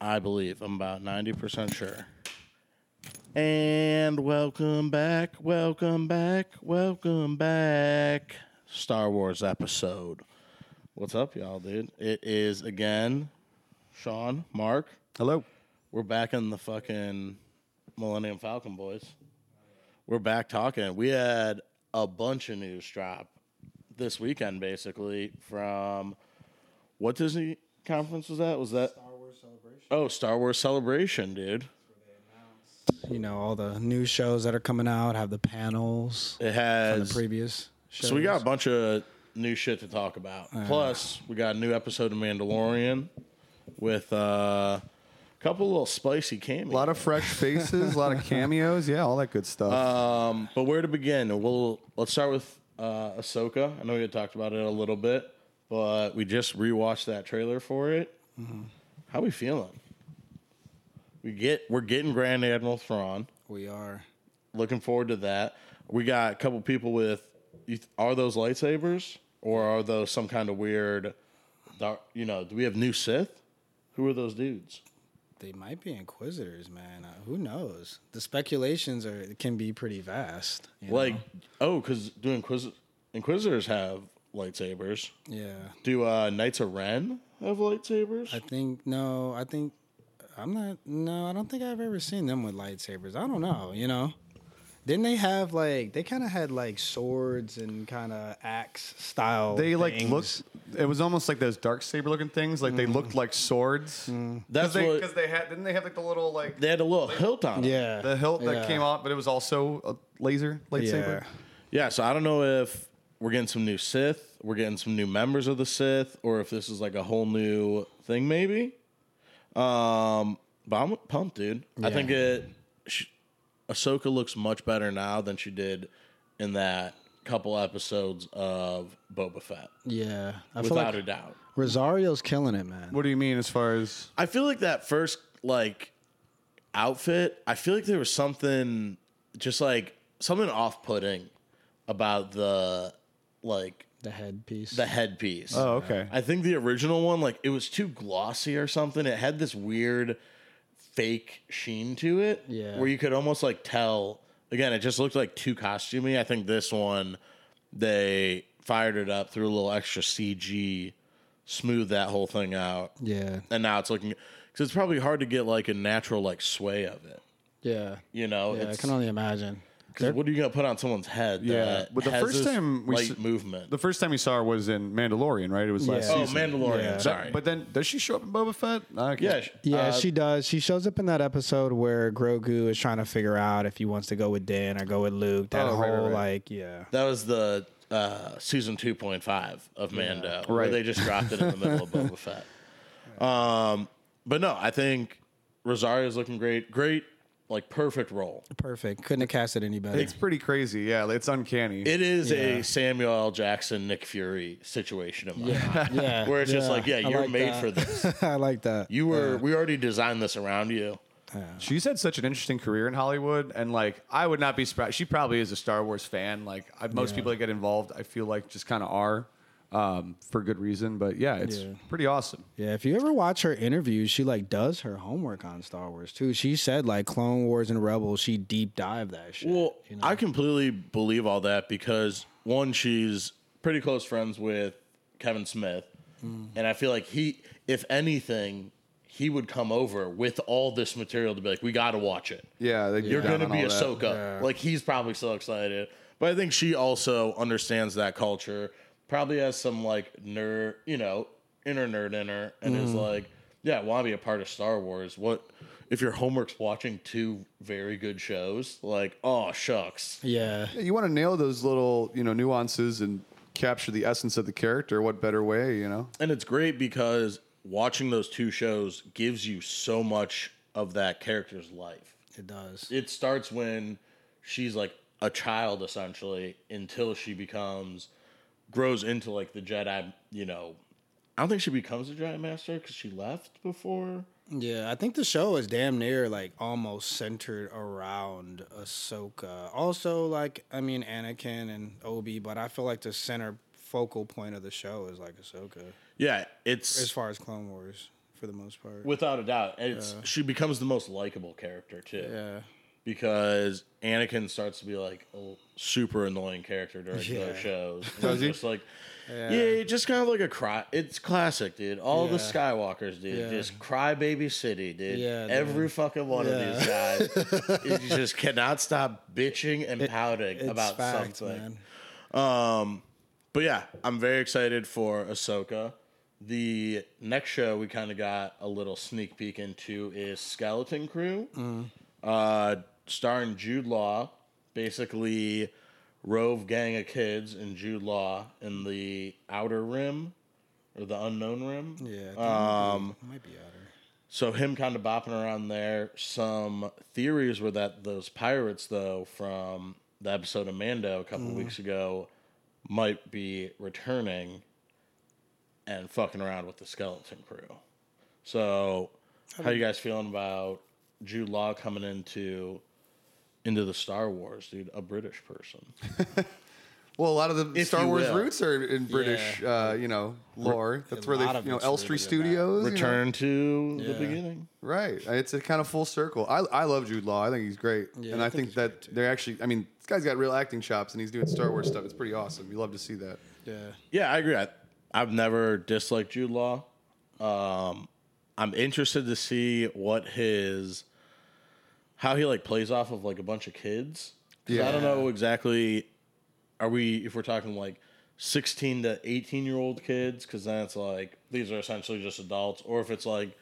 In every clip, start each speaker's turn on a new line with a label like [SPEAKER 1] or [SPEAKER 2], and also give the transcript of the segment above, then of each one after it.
[SPEAKER 1] I believe. I'm about 90% sure. And welcome back, welcome back, welcome back. Star Wars episode. What's up, y'all, dude? It is again Sean, Mark.
[SPEAKER 2] Hello.
[SPEAKER 1] We're back in the fucking Millennium Falcon, boys. We're back talking. We had a bunch of news drop this weekend, basically, from what Disney conference was that? Was that Star Wars Celebration? Oh, Star Wars Celebration, dude.
[SPEAKER 2] You know, all the new shows that are coming out have the panels
[SPEAKER 1] It
[SPEAKER 2] from the
[SPEAKER 1] has
[SPEAKER 2] previous shows.
[SPEAKER 1] So we got a bunch of new shit to talk about. Plus, we got a new episode of Mandalorian with uh, a couple little spicy cameos.
[SPEAKER 3] A lot of fresh faces, a lot of cameos, yeah, all that good stuff.
[SPEAKER 1] um, but where to begin? We'll let's start with uh, Ahsoka. I know we had talked about it a little bit, but we just rewatched that trailer for it.
[SPEAKER 2] Mm-hmm.
[SPEAKER 1] How we feeling? We get we're getting Grand Admiral Thrawn.
[SPEAKER 2] We are.
[SPEAKER 1] Looking forward to that. We got a couple people with. you th- Are those lightsabers or are those some kind of weird? Dark, you know, do we have new Sith? Who are those dudes?
[SPEAKER 2] They might be inquisitors, man. Uh, who knows? The speculations are can be pretty vast. you
[SPEAKER 1] Like,
[SPEAKER 2] know?
[SPEAKER 1] oh, because do Inquis- Inquisitors have lightsabers?
[SPEAKER 2] yeah.
[SPEAKER 1] Do uh, Knights of Ren have lightsabers?
[SPEAKER 2] I think no. I think I'm not. No, I don't think I've ever seen them with lightsabers. I don't know. You know, didn't they have like they kind of had like swords and kind of axe style?
[SPEAKER 3] they like
[SPEAKER 2] things?
[SPEAKER 3] looked. It was almost like those dark saber looking things. Like they looked like swords.
[SPEAKER 1] That's
[SPEAKER 3] Because they,
[SPEAKER 1] what
[SPEAKER 3] 'cause they had. Didn't they have like the little like
[SPEAKER 1] they had a little hilt on. it.
[SPEAKER 2] Yeah.
[SPEAKER 3] the hilt that
[SPEAKER 2] yeah.
[SPEAKER 3] came off, but it was also a laser lightsaber.
[SPEAKER 2] Yeah.
[SPEAKER 1] yeah. So I don't know if we're getting some new Sith, we're getting some new members of the Sith, or if this is like a whole new thing, maybe. Um, but I'm pumped, dude. I think it. She, Ahsoka looks much better now than she did in that couple episodes of Boba Fett,
[SPEAKER 2] Yeah. I feel
[SPEAKER 1] without
[SPEAKER 2] like
[SPEAKER 1] a doubt.
[SPEAKER 2] Rosario's killing it, man.
[SPEAKER 3] What do you mean as far as?
[SPEAKER 1] I feel like that first like outfit, I feel like there was something just like something off-putting about the like
[SPEAKER 2] The headpiece.
[SPEAKER 1] the headpiece.
[SPEAKER 3] Oh, okay.
[SPEAKER 1] I think the original one like it was too glossy or something. It had this weird fake sheen to it
[SPEAKER 2] Yeah.
[SPEAKER 1] where you could almost like tell again it just looked like too costumey. I think this one they fired it up, threw a little extra CG, smoothed that whole thing out
[SPEAKER 2] yeah.
[SPEAKER 1] and now it's looking because it's probably hard to get like a natural like sway of it.
[SPEAKER 2] Yeah.
[SPEAKER 1] You know,
[SPEAKER 2] Yeah. I
[SPEAKER 1] it's,
[SPEAKER 2] can only imagine.
[SPEAKER 1] 'cause what are you gonna put on someone's head?
[SPEAKER 3] Yeah,
[SPEAKER 1] that
[SPEAKER 3] but the
[SPEAKER 1] has
[SPEAKER 3] first
[SPEAKER 1] this
[SPEAKER 3] time we
[SPEAKER 1] light
[SPEAKER 3] s-
[SPEAKER 1] movement.
[SPEAKER 3] The first time we saw her was in Mandalorian, right? It was last
[SPEAKER 2] Yeah.
[SPEAKER 1] oh,
[SPEAKER 3] season.
[SPEAKER 1] Mandalorian.
[SPEAKER 2] Yeah.
[SPEAKER 1] Sorry,
[SPEAKER 3] But then, does she show up in Boba Fett? I can't-
[SPEAKER 1] yeah, sh-
[SPEAKER 2] Yeah,
[SPEAKER 1] uh,
[SPEAKER 2] she does. She shows up in that episode where Grogu is trying to figure out if he wants to go with Din or go with Luke. That
[SPEAKER 3] Oh,
[SPEAKER 2] whole
[SPEAKER 3] right, right, right.
[SPEAKER 2] like, yeah,
[SPEAKER 1] that was the uh, season two point five of Mando, where
[SPEAKER 3] Right.
[SPEAKER 1] they just dropped it in the middle of Boba Fett. Um, but no, I think Rosario's looking great. Great, like perfect role.
[SPEAKER 2] perfect. Couldn't have cast it any better.
[SPEAKER 3] it's pretty crazy. Yeah, it's uncanny.
[SPEAKER 1] It is
[SPEAKER 2] Yeah.
[SPEAKER 1] a Samuel L. Jackson, Nick Fury situation in my mind.
[SPEAKER 2] yeah,
[SPEAKER 1] Where it's just like, yeah,
[SPEAKER 2] I
[SPEAKER 1] you're
[SPEAKER 2] like
[SPEAKER 1] made
[SPEAKER 2] that.
[SPEAKER 1] for this.
[SPEAKER 2] I like that.
[SPEAKER 1] You were we already designed this around you.
[SPEAKER 3] She's had such an interesting career in Hollywood, and like I would not be surprised. She probably is a Star Wars fan. Like I, most people that get involved, I feel like just kind of are um, for good reason. But yeah, it's
[SPEAKER 2] Yeah.
[SPEAKER 3] pretty awesome.
[SPEAKER 2] Yeah, if you ever watch her interviews, she like does her homework on Star Wars too. She said like Clone Wars and Rebels, she deep dive that shit.
[SPEAKER 1] Well, I completely believe all that because one, she's pretty close friends with Kevin Smith, and I feel like he, if anything, he would come over with all this material to be like, we got to watch it.
[SPEAKER 3] Yeah, they
[SPEAKER 1] You're going to be Ahsoka.
[SPEAKER 2] Yeah.
[SPEAKER 1] Like he's probably so excited, but I think she also understands that culture. Probably has some like nerd, you know, inner nerd in her, and is like, yeah, I want to be a part of Star Wars. What if your homework's watching two very good shows? Like, oh shucks,
[SPEAKER 2] yeah,
[SPEAKER 3] You want to nail those little you know nuances and capture the essence of the character. What better way, you know?
[SPEAKER 1] and it's great because watching those two shows gives you so much of that character's life.
[SPEAKER 2] it does.
[SPEAKER 1] it starts when she's like a child essentially until she becomes grows into like the Jedi, you know. I don't think she becomes a Jedi Master because she left before.
[SPEAKER 2] Yeah, I think the show is damn near like almost centered around Ahsoka. Also, like I mean Anakin and Obi, but I feel like the center focal point of the show is like Ahsoka
[SPEAKER 1] Yeah,
[SPEAKER 2] as
[SPEAKER 1] it's
[SPEAKER 2] far as Clone Wars. for the most part.
[SPEAKER 1] without a doubt. And it's she becomes the most likable character too.
[SPEAKER 2] yeah.
[SPEAKER 1] because Anakin starts to be like a super annoying character during
[SPEAKER 2] Yeah.
[SPEAKER 1] those shows. And
[SPEAKER 3] Does
[SPEAKER 1] it's
[SPEAKER 3] he?
[SPEAKER 1] Just like, yeah. you just kind of like a cry. It's classic, dude. All the
[SPEAKER 2] Yeah.
[SPEAKER 1] Skywalkers, dude,
[SPEAKER 2] Yeah.
[SPEAKER 1] just crybaby city, dude.
[SPEAKER 2] Yeah,
[SPEAKER 1] Every fucking one of these guys, you just cannot stop bitching and pouting
[SPEAKER 2] It's
[SPEAKER 1] about
[SPEAKER 2] facts,
[SPEAKER 1] something.
[SPEAKER 2] man.
[SPEAKER 1] Um, but yeah, I'm very excited for Ahsoka. The next show we kind of got a little sneak peek into is Skeleton Crew, uh, starring Jude Law, basically rove gang of kids and Jude Law in the Outer Rim or the Unknown Rim.
[SPEAKER 2] Yeah. Um, might be outer.
[SPEAKER 1] So him kind of bopping around there. Some theories were that those pirates, though, from the episode of Mando a couple weeks ago, might be returning and fucking around with the skeleton crew. So, how you guys feeling about Jude Law coming into into the Star Wars, dude? A British person,
[SPEAKER 3] Well, a lot of the
[SPEAKER 1] If
[SPEAKER 3] Star
[SPEAKER 1] you
[SPEAKER 3] Wars
[SPEAKER 1] will.
[SPEAKER 3] roots are in British, uh, you know, lore. That's where they,
[SPEAKER 2] lot of
[SPEAKER 3] you know,
[SPEAKER 2] it's
[SPEAKER 3] Elstree
[SPEAKER 2] rooted in that.
[SPEAKER 3] Studios. you know?
[SPEAKER 1] return to the
[SPEAKER 2] Yeah.
[SPEAKER 1] beginning.
[SPEAKER 3] Right. Uh, It's a kind of full circle. I, I love Jude Law. I think he's great.
[SPEAKER 2] Yeah,
[SPEAKER 3] and
[SPEAKER 2] I
[SPEAKER 3] I,
[SPEAKER 2] think
[SPEAKER 3] think, that they're actually, I mean, this guy's got real acting chops and he's doing Star Wars stuff. It's pretty awesome. You love to see that.
[SPEAKER 2] Yeah.
[SPEAKER 1] Yeah, I agree. I, I've never disliked Jude Law. Um, I'm interested to see what his how he like plays off of like a bunch of kids. 'Cause I don't
[SPEAKER 3] Yeah.
[SPEAKER 1] know exactly. Are we if we're talking like 16 to 18 year old kids? Because then it's like these are essentially just adults, or if it's like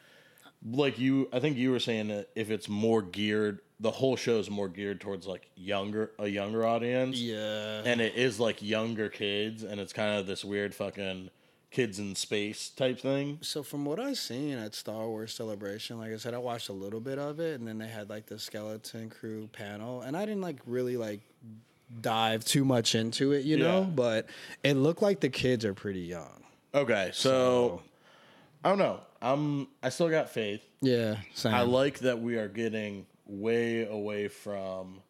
[SPEAKER 1] like you i think you were saying that if it's more geared the whole show is more geared towards like younger a younger audience
[SPEAKER 2] Yeah.
[SPEAKER 1] and it is like younger kids and it's kind of this weird fucking kids in space type thing
[SPEAKER 2] So from what I've seen at Star Wars Celebration, like I said, I watched a little bit of it, and then they had like the skeleton crew panel, and I didn't like really like dive too much into it, you know.
[SPEAKER 1] Yeah.
[SPEAKER 2] But it looked like the kids are pretty young.
[SPEAKER 1] okay so, i don't know i'm i still got faith
[SPEAKER 2] Yeah, same.
[SPEAKER 1] i like that we are getting way away from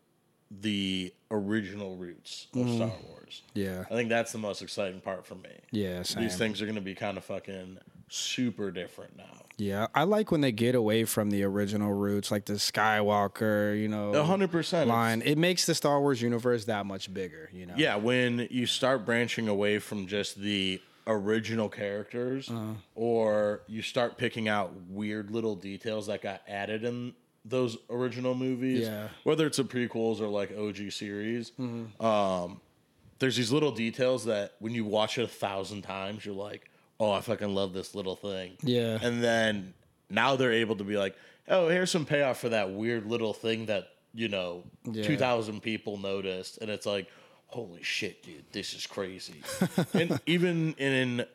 [SPEAKER 1] the original roots of star wars
[SPEAKER 2] yeah,
[SPEAKER 1] i think that's the most exciting part for me
[SPEAKER 2] yeah, same.
[SPEAKER 1] these things are going to be kind of fucking super different now
[SPEAKER 2] Yeah, I like when they get away from the original roots, like the Skywalker, you know,
[SPEAKER 1] A hundred percent
[SPEAKER 2] line. It makes the Star Wars universe that much bigger, you know.
[SPEAKER 1] Yeah, when you start branching away from just the original characters,
[SPEAKER 2] Uh-huh.
[SPEAKER 1] or you start picking out weird little details that got added in those original movies,
[SPEAKER 2] Yeah. Mm-hmm.
[SPEAKER 1] whether it's the prequels or like OG series, um, there's these little details that when you watch it a thousand times, you're like, oh, I fucking love this little thing.
[SPEAKER 2] Yeah.
[SPEAKER 1] And then now they're able to be like, oh, here's some payoff for that weird little thing that, you know,
[SPEAKER 2] Yeah.
[SPEAKER 1] 2,000 people noticed. And it's like, holy shit, dude, this is crazy. and even in,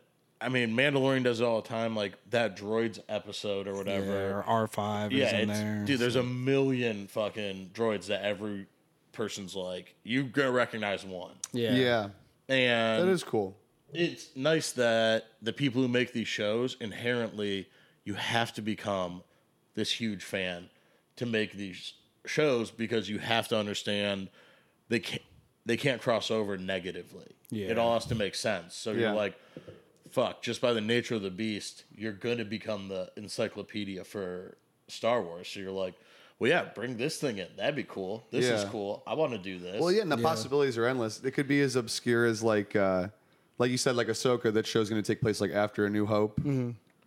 [SPEAKER 1] I mean, Mandalorian does it all the time, like that droids episode or
[SPEAKER 2] Yeah,
[SPEAKER 1] whatever.
[SPEAKER 2] or R five is
[SPEAKER 1] Yeah,
[SPEAKER 2] in
[SPEAKER 1] it's,
[SPEAKER 2] there.
[SPEAKER 1] dude, there's a million fucking droids that every person's like, you're going to recognize one.
[SPEAKER 2] yeah,
[SPEAKER 3] Yeah.
[SPEAKER 1] And
[SPEAKER 3] That is cool.
[SPEAKER 1] it's nice that the people who make these shows inherently you have to become this huge fan to make these shows because you have to understand they can't they can't cross over negatively.
[SPEAKER 2] Yeah.
[SPEAKER 1] It all has to make sense. So
[SPEAKER 3] Yeah.
[SPEAKER 1] you're like, fuck, just by the nature of the beast, you're gonna become the encyclopedia for Star Wars. So you're like, well yeah, bring this thing in. That'd be cool. This is
[SPEAKER 3] Yeah.
[SPEAKER 1] cool. I wanna do this.
[SPEAKER 3] Well, yeah, and the possibilities are endless. It could be as obscure as like, uh, like you said, like Ahsoka. That show's going to take place like after A New Hope.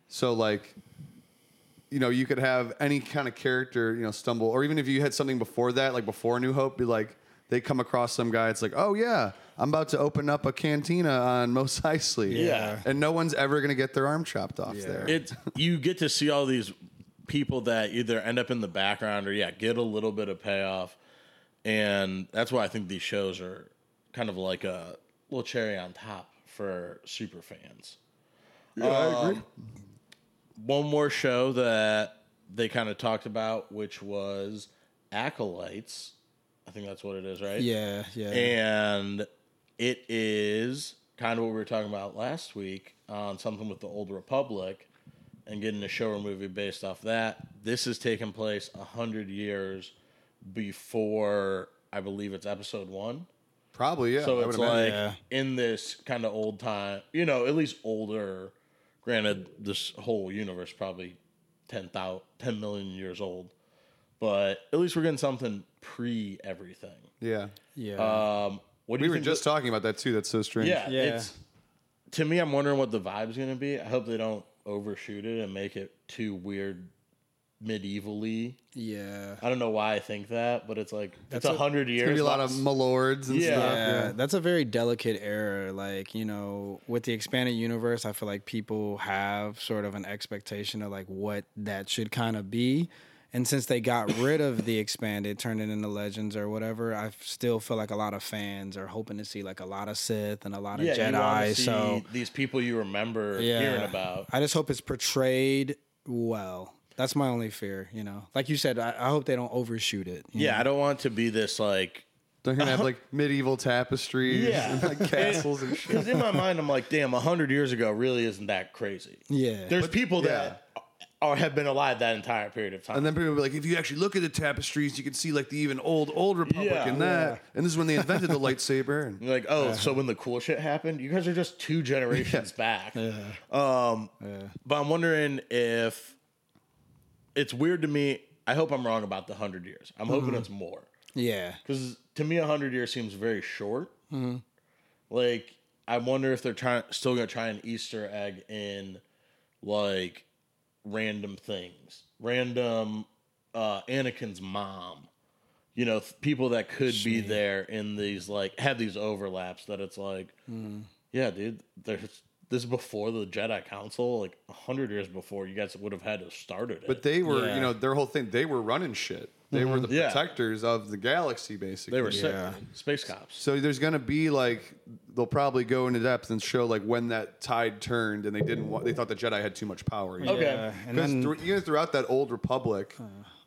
[SPEAKER 3] So like, you know, you could have any kind of character, you know, stumble, or even if you had something before that, like before A New Hope, be like, they come across some guy. It's like, oh yeah, I'm about to open up a cantina on Mos Eisley.
[SPEAKER 1] Yeah.
[SPEAKER 3] and no one's ever going to get their arm chopped off
[SPEAKER 2] Yeah.
[SPEAKER 3] there.
[SPEAKER 1] it's you get to see all these people that either end up in the background or yeah get a little bit of payoff and that's why i think these shows are kind of like a little cherry on top for super fans
[SPEAKER 3] yeah, I agree.
[SPEAKER 1] one more show that they kind of talked about which was acolytes i think that's what it is right
[SPEAKER 2] yeah, yeah.
[SPEAKER 1] and it is kind of what we were talking about last week on something with the old republic and getting a show or movie based off that this is taking place 100 years before i believe it's episode one
[SPEAKER 3] Probably yeah. I
[SPEAKER 1] so
[SPEAKER 3] would
[SPEAKER 1] it's
[SPEAKER 3] imagine.
[SPEAKER 1] like
[SPEAKER 2] Yeah.
[SPEAKER 1] in this kind of old time you know at least older Granted, this whole universe probably 10, thou- 10 million years old, but at least we're getting something pre everything.
[SPEAKER 3] Yeah.
[SPEAKER 2] Yeah.
[SPEAKER 1] Um, what do
[SPEAKER 3] We
[SPEAKER 1] you
[SPEAKER 3] were
[SPEAKER 1] think
[SPEAKER 3] just talking about that too. That's so strange.
[SPEAKER 1] yeah,
[SPEAKER 2] Yeah.
[SPEAKER 1] It's, to me, I'm wondering what the vibe's gonna be. I hope they don't overshoot it and make it too weird, medievally.
[SPEAKER 2] yeah.
[SPEAKER 1] I don't know why I think that, but it's like
[SPEAKER 2] That's
[SPEAKER 1] it's
[SPEAKER 2] a-
[SPEAKER 1] a hundred years.
[SPEAKER 3] There's gonna be a lot of
[SPEAKER 1] lots-
[SPEAKER 3] malords and
[SPEAKER 1] Yeah.
[SPEAKER 3] stuff.
[SPEAKER 2] Yeah, that's a very delicate error. Like, you know, with the expanded universe, I feel like people have sort of an expectation of like what that should kind of be. And since they got rid of the expanded, turned it into legends or whatever, I still feel like a lot of fans are hoping to see like a lot of Sith and a lot of
[SPEAKER 1] yeah, you wanna
[SPEAKER 2] Jedi.
[SPEAKER 1] see
[SPEAKER 2] So
[SPEAKER 1] these people you remember
[SPEAKER 2] yeah, Mm-hmm.
[SPEAKER 1] hearing about.
[SPEAKER 2] I just hope it's portrayed well. That's my only fear, you know. Like you said, I, I hope they don't overshoot it. you
[SPEAKER 1] Yeah, I don't want to be this like
[SPEAKER 3] They're gonna have like medieval tapestries
[SPEAKER 1] Uh-huh. Yeah.
[SPEAKER 3] and like castles and shit.
[SPEAKER 1] because in my mind I'm like, damn, hundred years ago really isn't that crazy.
[SPEAKER 2] know? Yeah.
[SPEAKER 1] There's people that are have been alive that entire period of time.
[SPEAKER 3] And then people will be like, if you actually look at the tapestries, you can see like the even old old Republic
[SPEAKER 1] Yeah.
[SPEAKER 3] and that. And this is when they invented the lightsaber. And
[SPEAKER 1] You're like, oh, so when the cool shit happened, you guys are just two generations back. Um, But I'm wondering if it's weird to me. I hope I'm wrong about the 100 years. I'm hoping it's more.
[SPEAKER 2] yeah.
[SPEAKER 1] Because to me, 100 years seems very short. Like, I wonder if they're trying, still going to try an Easter egg in like random things, random uh, Anakin's mom. You know, th- people that could be there in these like have these overlaps that it's like, yeah, dude, there's this is before the Jedi Council, like hundred years before you guys would have had to started it.
[SPEAKER 3] but they were,
[SPEAKER 2] Yeah.
[SPEAKER 3] you know, their whole thing. They were running shit. They were the
[SPEAKER 1] Mm-hmm. Yeah.
[SPEAKER 3] protectors of the galaxy, basically.
[SPEAKER 1] they were sick.
[SPEAKER 2] Yeah.
[SPEAKER 1] space cops.
[SPEAKER 3] So there's gonna be like they'll probably go into depth and show like when that tide turned and they didn't want they thought the Jedi had too much power. you know?
[SPEAKER 1] Okay.
[SPEAKER 2] Yeah. And
[SPEAKER 3] Because
[SPEAKER 2] then
[SPEAKER 3] even throughout that old Republic,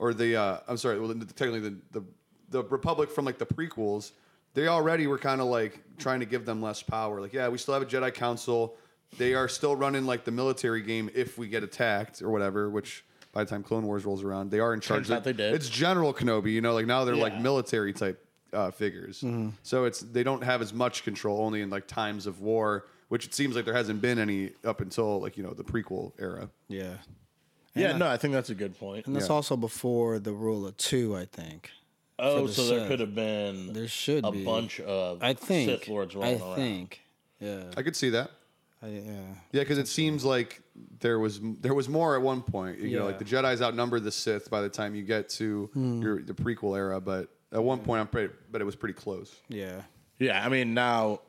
[SPEAKER 3] or the uh, I'm sorry, well, technically the, the the Republic from like the prequels, they already were kind of like trying to give them less power. Like, yeah, we still have a Jedi Council. They are still running like the military game if we get attacked or whatever. Which by the time Clone Wars rolls around, they are in charge.
[SPEAKER 1] Turns out they did.
[SPEAKER 3] It's General Kenobi, you know. Like now they're like
[SPEAKER 1] Yeah.
[SPEAKER 3] military type uh, figures.
[SPEAKER 2] Mm-hmm.
[SPEAKER 3] So it's they don't have as much control only in like times of war. Which it seems like there hasn't been any up until like you know the prequel era.
[SPEAKER 2] yeah.
[SPEAKER 1] Yeah, no, I think that's a good point.
[SPEAKER 2] And that's
[SPEAKER 3] Yeah.
[SPEAKER 2] also before the rule of two, I think.
[SPEAKER 1] Oh,
[SPEAKER 2] the
[SPEAKER 1] so there
[SPEAKER 2] Sith.
[SPEAKER 1] could have been
[SPEAKER 2] There should
[SPEAKER 1] a
[SPEAKER 2] be.
[SPEAKER 1] bunch of
[SPEAKER 2] I think.
[SPEAKER 1] Sith lords
[SPEAKER 2] I
[SPEAKER 1] rolling around.
[SPEAKER 2] think. Yeah.
[SPEAKER 3] I could see that.
[SPEAKER 2] I, yeah.
[SPEAKER 3] Yeah, because it seems like there was there was more at one point. You know, like
[SPEAKER 2] Yeah. Hmm.
[SPEAKER 3] the Jedi's outnumber the Sith by the time you get to your the prequel era. But at one point, I'm pretty, but it was pretty close.
[SPEAKER 2] Yeah.
[SPEAKER 1] Yeah, I mean now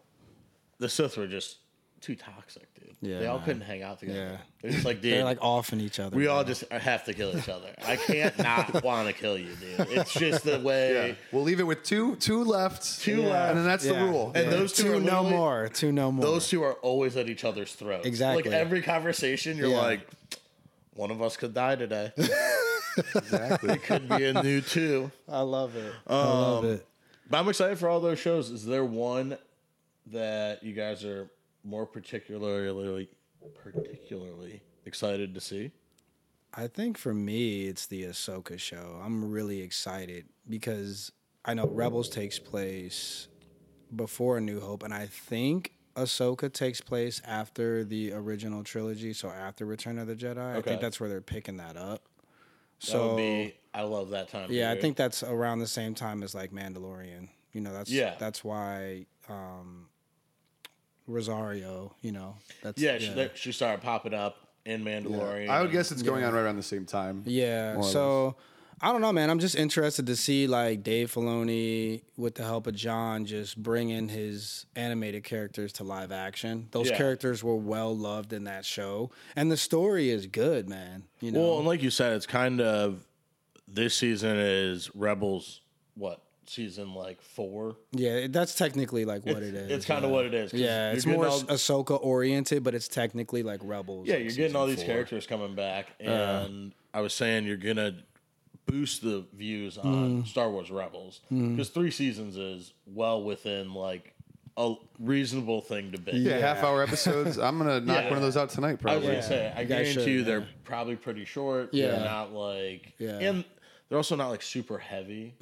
[SPEAKER 1] the Sith were just too toxic, dude.
[SPEAKER 2] Yeah.
[SPEAKER 1] they all couldn't hang out together.
[SPEAKER 2] Yeah.
[SPEAKER 1] They're just like, dude,
[SPEAKER 2] They're like off in each other.
[SPEAKER 1] we all
[SPEAKER 2] bro.
[SPEAKER 1] just have to kill each other. I can't not want to kill you, dude. It's just the way.
[SPEAKER 3] We'll leave it with two two left,
[SPEAKER 1] Two left.
[SPEAKER 3] and then that's
[SPEAKER 2] Yeah.
[SPEAKER 3] the rule.
[SPEAKER 1] uh, And those two,
[SPEAKER 2] two
[SPEAKER 1] are
[SPEAKER 2] no
[SPEAKER 1] literally-
[SPEAKER 2] more. Two no more.
[SPEAKER 1] Those two are always at each other's throats.
[SPEAKER 2] Exactly.
[SPEAKER 1] Like every conversation, you're
[SPEAKER 2] Yeah.
[SPEAKER 1] like, one of us could die today.
[SPEAKER 3] exactly.
[SPEAKER 1] Could be a new two.
[SPEAKER 2] I love it. I love
[SPEAKER 1] Um,
[SPEAKER 2] it.
[SPEAKER 1] But I'm excited for all those shows. Is there one that you guys are more particularly particularly excited to see?
[SPEAKER 2] I think for me, it's the Ahsoka show. I'm really excited because I know Rebels takes place before A New Hope, and I think Ahsoka takes place after the original trilogy, so after Return of the Jedi. I
[SPEAKER 1] Okay.
[SPEAKER 2] think that's where they're picking that up.
[SPEAKER 1] That
[SPEAKER 2] So
[SPEAKER 1] would be. I love that time.
[SPEAKER 2] yeah, I
[SPEAKER 1] period.
[SPEAKER 2] think that's around the same time as like Mandalorian. You know, that's
[SPEAKER 1] Yeah.
[SPEAKER 2] that's why um, Rosario. You know, that's
[SPEAKER 1] Yeah, she, that- she started popping up in Mandalorian.
[SPEAKER 3] I would guess it's going on right around the same time.
[SPEAKER 2] Yeah.
[SPEAKER 3] or
[SPEAKER 2] So I don't know, man. I'm just interested to see like Dave Filoni, with the help of John, just bringing his animated characters to live action. Those
[SPEAKER 1] Yeah.
[SPEAKER 2] characters were well loved in that show, and the story is good, man. You know,
[SPEAKER 1] Well, and like you said, it's kind of this season is Rebels. What season? Like four.
[SPEAKER 2] yeah, that's technically like what it is.
[SPEAKER 1] It's kind of what it is. 'cause
[SPEAKER 2] Yeah,
[SPEAKER 1] you're
[SPEAKER 2] it's
[SPEAKER 1] getting
[SPEAKER 2] more
[SPEAKER 1] all-
[SPEAKER 2] Ahsoka oriented, but it's technically like Rebels.
[SPEAKER 1] Yeah,
[SPEAKER 2] like,
[SPEAKER 1] you're getting all
[SPEAKER 2] season
[SPEAKER 1] these
[SPEAKER 2] four. Uh.
[SPEAKER 1] characters coming back, and I was saying you're gonna boost the views on
[SPEAKER 2] Mm.
[SPEAKER 1] Star Wars Rebels because three seasons is well within like a reasonable thing to be.
[SPEAKER 3] Yeah, half hour episodes. I'm gonna knock
[SPEAKER 1] Yeah.
[SPEAKER 3] one of those out tonight,
[SPEAKER 1] I was
[SPEAKER 3] probably.
[SPEAKER 1] gonna say, I
[SPEAKER 2] you guys
[SPEAKER 1] guarantee
[SPEAKER 2] should,
[SPEAKER 1] you they're probably pretty short.
[SPEAKER 2] Yeah.
[SPEAKER 1] they're not like,
[SPEAKER 2] Yeah. Mm.
[SPEAKER 1] and they're also not like super heavy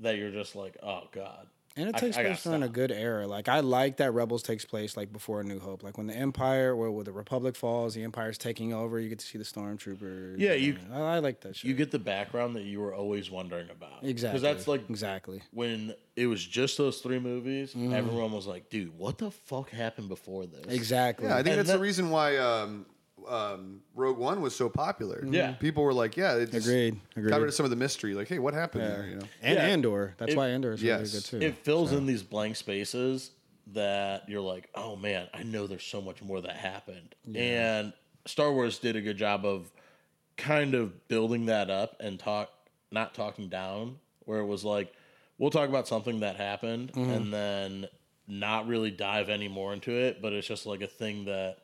[SPEAKER 1] that you're just like, oh god.
[SPEAKER 2] And it
[SPEAKER 1] I-
[SPEAKER 2] takes
[SPEAKER 1] I gotta
[SPEAKER 2] place during a
[SPEAKER 1] stop.
[SPEAKER 2] good era. Like I like that Rebels takes place like before A New Hope. Like when the Empire or when the Republic falls, the Empire's taking over, you get to see the stormtroopers.
[SPEAKER 1] Yeah, you-
[SPEAKER 2] I, I like that shit.
[SPEAKER 1] You get the background that you were always wondering about.
[SPEAKER 2] exactly.
[SPEAKER 1] Because that's like
[SPEAKER 2] exactly.
[SPEAKER 1] when it was just those three movies, everyone was like, dude, what the fuck happened before this?
[SPEAKER 2] Exactly.
[SPEAKER 3] Yeah, I think
[SPEAKER 1] And
[SPEAKER 3] that's
[SPEAKER 1] that-
[SPEAKER 3] the reason why um, um, Rogue One was so popular.
[SPEAKER 1] Yeah.
[SPEAKER 3] people were like, "Yeah, it just
[SPEAKER 2] Agreed,
[SPEAKER 3] Got
[SPEAKER 2] agreed.
[SPEAKER 3] rid of some of the mystery. Like, hey, what happened there? You know,
[SPEAKER 2] and
[SPEAKER 1] Yeah.
[SPEAKER 2] Andor. That's
[SPEAKER 1] It-
[SPEAKER 2] why Andor is
[SPEAKER 3] yes.
[SPEAKER 2] really good too.
[SPEAKER 1] It fills in these blank spaces that you're like, oh man, I know there's so much more that happened. And Star Wars did a good job of kind of building that up and talk not talking down, where it was like, we'll talk about something that happened and then not really dive any more into it, but it's just like a thing that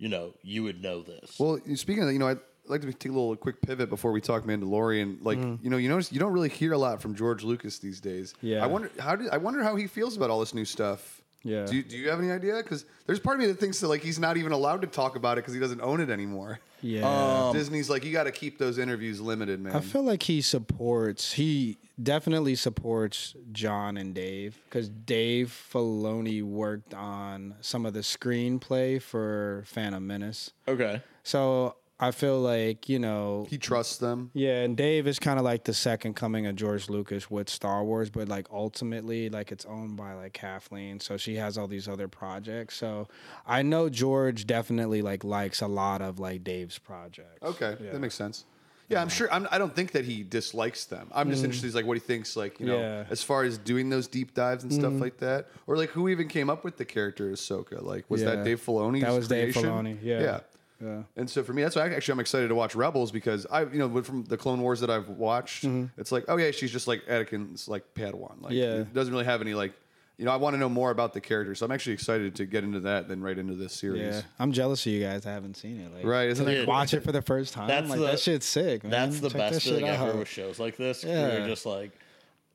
[SPEAKER 1] you know, you would know this.
[SPEAKER 3] Well, you- speaking of that, you know, I'd like to take a little quick pivot before we talk Mandalorian. Like,
[SPEAKER 2] Mm.
[SPEAKER 3] you know, you notice you don't really hear a lot from George Lucas these days.
[SPEAKER 2] Yeah.
[SPEAKER 3] I wonder how do, I wonder how he feels about all this new stuff.
[SPEAKER 2] Yeah.
[SPEAKER 3] Do you, do you have any idea? Because there's part of me that thinks that like he's not even allowed to talk about it because he doesn't own it anymore.
[SPEAKER 2] yeah.
[SPEAKER 3] Disney's like, you got to keep those interviews limited, man.
[SPEAKER 2] I feel like he supports. He definitely supports John and Dave because Dave Filoni worked on some of the screenplay for Phantom Menace.
[SPEAKER 1] okay.
[SPEAKER 2] So I feel like you know,
[SPEAKER 3] he trusts them.
[SPEAKER 2] yeah. And Dave is kind of like the second coming of George Lucas with Star Wars, but like ultimately, like it's owned by like Kathleen, so she has all these other projects. So I know George definitely like likes a lot of like Dave's projects.
[SPEAKER 3] Okay, that makes sense. Yeah, I'm sure. I'm, I don't think that he dislikes them. I'm just interested, in, like what he thinks, like you know,
[SPEAKER 2] Mm. Yeah. Mm.
[SPEAKER 3] as far as doing those deep dives and stuff like that, or like who even came up with the character Ahsoka. Like, was
[SPEAKER 2] Yeah.
[SPEAKER 3] that Dave Filoni?
[SPEAKER 2] That was Dave Filoni, yeah.
[SPEAKER 3] yeah,
[SPEAKER 2] Yeah.
[SPEAKER 3] And so for me, that's why I, actually I'm excited to watch Rebels because I, you know, from the Clone Wars that I've watched, it's like, oh yeah, she's just like Anakin's like Padawan. Like,
[SPEAKER 2] Mm-hmm. Yeah.
[SPEAKER 3] it doesn't really have any like, you know, I want to know more about the character, so I'm actually excited to get into that than right into this series.
[SPEAKER 2] Yeah, I'm jealous of you guys. I haven't seen it. Like,
[SPEAKER 3] Right, isn't
[SPEAKER 2] to, like,
[SPEAKER 1] it-
[SPEAKER 2] watch it for the first time.
[SPEAKER 1] That's
[SPEAKER 2] like
[SPEAKER 1] the-
[SPEAKER 2] that shit's sick. Man.
[SPEAKER 1] That's the
[SPEAKER 2] Check that
[SPEAKER 1] best
[SPEAKER 2] shit
[SPEAKER 1] thing ever
[SPEAKER 2] out.
[SPEAKER 1] with shows like this.
[SPEAKER 2] Yeah.
[SPEAKER 1] You're just like,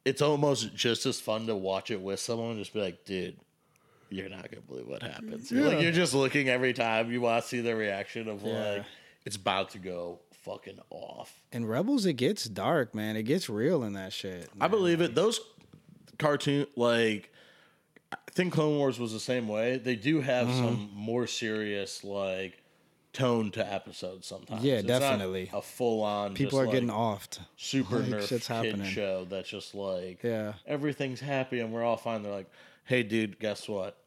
[SPEAKER 1] it's almost just as fun to watch it with someone and just be like, dude, you're not gonna believe what happens. You're Like
[SPEAKER 2] Yeah.
[SPEAKER 1] you're just looking every time you want to see the reaction of
[SPEAKER 2] Yeah.
[SPEAKER 1] like it's about to go fucking off.
[SPEAKER 2] In Rebels, it gets dark, man. It gets real in that shit.
[SPEAKER 1] I believe it. Those cartoon like I think Clone Wars was the same way. They do have some more serious like tone to episodes sometimes.
[SPEAKER 2] Yeah,
[SPEAKER 1] It's not
[SPEAKER 2] definitely.
[SPEAKER 1] a full on
[SPEAKER 2] People are getting offed.
[SPEAKER 1] super
[SPEAKER 2] Like,
[SPEAKER 1] nerf
[SPEAKER 2] shit's
[SPEAKER 1] kid
[SPEAKER 2] happening.
[SPEAKER 1] show that's just like
[SPEAKER 2] Yeah.
[SPEAKER 1] everything's happy and we're all fine. They're like, hey dude, guess what?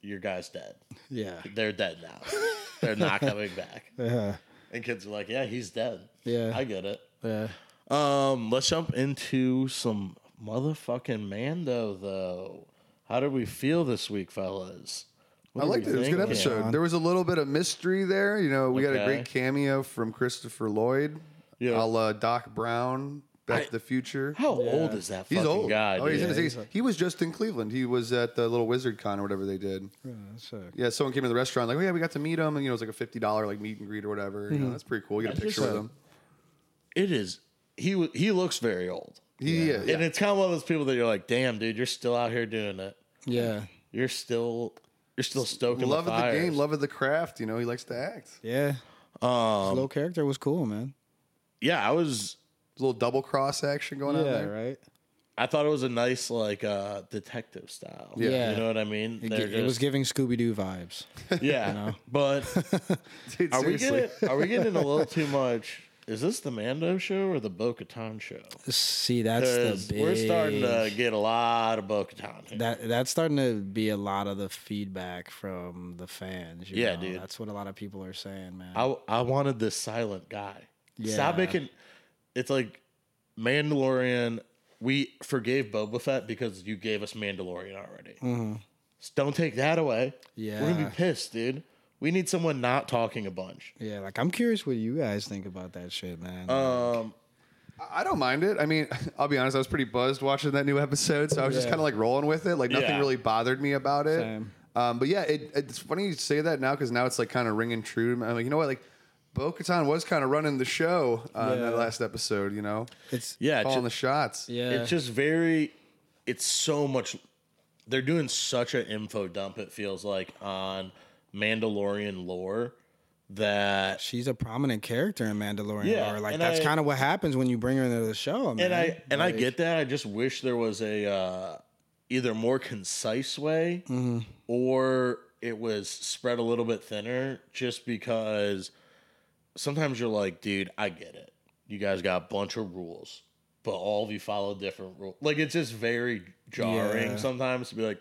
[SPEAKER 1] Your guy's dead.
[SPEAKER 2] Yeah,
[SPEAKER 1] They're dead now. They're not coming back.
[SPEAKER 2] yeah,
[SPEAKER 1] And kids are like, yeah, he's dead.
[SPEAKER 2] Yeah.
[SPEAKER 1] I get it.
[SPEAKER 2] yeah.
[SPEAKER 1] Um, let's jump into some motherfucking Mando though. How did we feel this week, fellas? What
[SPEAKER 3] I
[SPEAKER 1] are
[SPEAKER 3] liked
[SPEAKER 1] we
[SPEAKER 3] it. It was a good
[SPEAKER 1] thinking?
[SPEAKER 3] episode. There was a little bit of mystery there. You know, we got a
[SPEAKER 1] Okay.
[SPEAKER 3] great cameo from Christopher Lloyd,
[SPEAKER 1] Yeah.
[SPEAKER 3] a la Doc Brown, Back
[SPEAKER 1] I-
[SPEAKER 3] to the Future.
[SPEAKER 1] How old is that
[SPEAKER 3] he's
[SPEAKER 1] fucking
[SPEAKER 3] old.
[SPEAKER 1] guy?
[SPEAKER 3] oh, he's in
[SPEAKER 1] dude?
[SPEAKER 3] his 80s. he was just in Cleveland. He was at the little Wizard Con or whatever they did.
[SPEAKER 2] That's sick.
[SPEAKER 3] Yeah, someone came to the restaurant like, oh yeah, we got to meet him, and you know, it was like a fifty dollar like meet and greet or whatever. You know, that's pretty cool. You get a
[SPEAKER 1] That's
[SPEAKER 3] picture
[SPEAKER 1] just
[SPEAKER 3] with
[SPEAKER 1] a-
[SPEAKER 3] him.
[SPEAKER 1] It is. He wa- he looks very old.
[SPEAKER 3] He, yeah, yeah.
[SPEAKER 1] And it's kind of one of those people that you're like, damn, dude, you're still out here doing it.
[SPEAKER 2] Yeah,
[SPEAKER 1] You're still, you're still stoking
[SPEAKER 3] love
[SPEAKER 1] the
[SPEAKER 3] of the
[SPEAKER 1] fires.
[SPEAKER 3] game, love of the craft. You know, he likes to act.
[SPEAKER 2] yeah. His
[SPEAKER 1] Um,
[SPEAKER 2] little character was cool, man.
[SPEAKER 1] yeah, I was.
[SPEAKER 3] There's a little double cross action going on
[SPEAKER 2] Yeah,
[SPEAKER 3] there.
[SPEAKER 2] right.
[SPEAKER 1] I thought it was a nice like uh detective style.
[SPEAKER 2] Yeah.
[SPEAKER 1] you know what I mean.
[SPEAKER 2] It,
[SPEAKER 1] They're
[SPEAKER 2] gi- it was
[SPEAKER 1] just-
[SPEAKER 2] giving Scooby Doo vibes.
[SPEAKER 1] yeah. But
[SPEAKER 3] Dude,
[SPEAKER 1] are we
[SPEAKER 3] seriously.
[SPEAKER 1] getting are we getting a little too much? Is this the Mando show or the Bo Katan show?
[SPEAKER 2] See, that's the
[SPEAKER 1] 'Cause
[SPEAKER 2] big.
[SPEAKER 1] we're starting to get a lot of Bo Katan. here.
[SPEAKER 2] That that's starting to be a lot of the feedback from the fans. you
[SPEAKER 1] Yeah,
[SPEAKER 2] know?
[SPEAKER 1] dude.
[SPEAKER 2] That's what a lot of people are saying, man.
[SPEAKER 1] I I wanted this silent guy. Stop
[SPEAKER 2] Yeah.
[SPEAKER 1] making. It's like Mandalorian. We forgave Boba Fett because you gave us Mandalorian already. S- Don't take that away. we're gonna
[SPEAKER 2] Mm-hmm. Yeah.
[SPEAKER 1] be pissed, dude. We need someone not talking a bunch.
[SPEAKER 2] Yeah, like I'm curious what you guys think about that shit, man.
[SPEAKER 1] Um,
[SPEAKER 3] I don't mind it. I mean, I'll be honest, I was pretty buzzed watching that new episode, so I was just
[SPEAKER 2] Yeah.
[SPEAKER 3] kind of like rolling with it. Like nothing
[SPEAKER 1] Yeah.
[SPEAKER 3] really bothered me about it.
[SPEAKER 2] Same.
[SPEAKER 3] Um, but yeah, it, it's funny you say that now because now it's like kind of ringing true. I'm like, you know what? Like, Bo Katan was kind of running the show uh, in that
[SPEAKER 2] Yeah.
[SPEAKER 3] last episode, you know?
[SPEAKER 2] it's
[SPEAKER 1] yeah, it's
[SPEAKER 3] Calling
[SPEAKER 1] ju-
[SPEAKER 3] the shots.
[SPEAKER 2] yeah,
[SPEAKER 1] it's just very. It's so much. They're doing such an info dump. It feels like on Mandalorian lore that
[SPEAKER 2] she's a prominent character in Mandalorian.
[SPEAKER 1] Yeah,
[SPEAKER 2] or like
[SPEAKER 1] and
[SPEAKER 2] that's
[SPEAKER 1] I-
[SPEAKER 2] kind of what happens when you bring her into the show, man.
[SPEAKER 1] and I and I get that. I just wish there was a uh, either more concise way
[SPEAKER 2] Mm-hmm.
[SPEAKER 1] or it was spread a little bit thinner just because sometimes you're like, dude, I get it. You guys got a bunch of rules, but all of you follow different rules. Like it's just very jarring
[SPEAKER 2] Yeah.
[SPEAKER 1] sometimes to be like,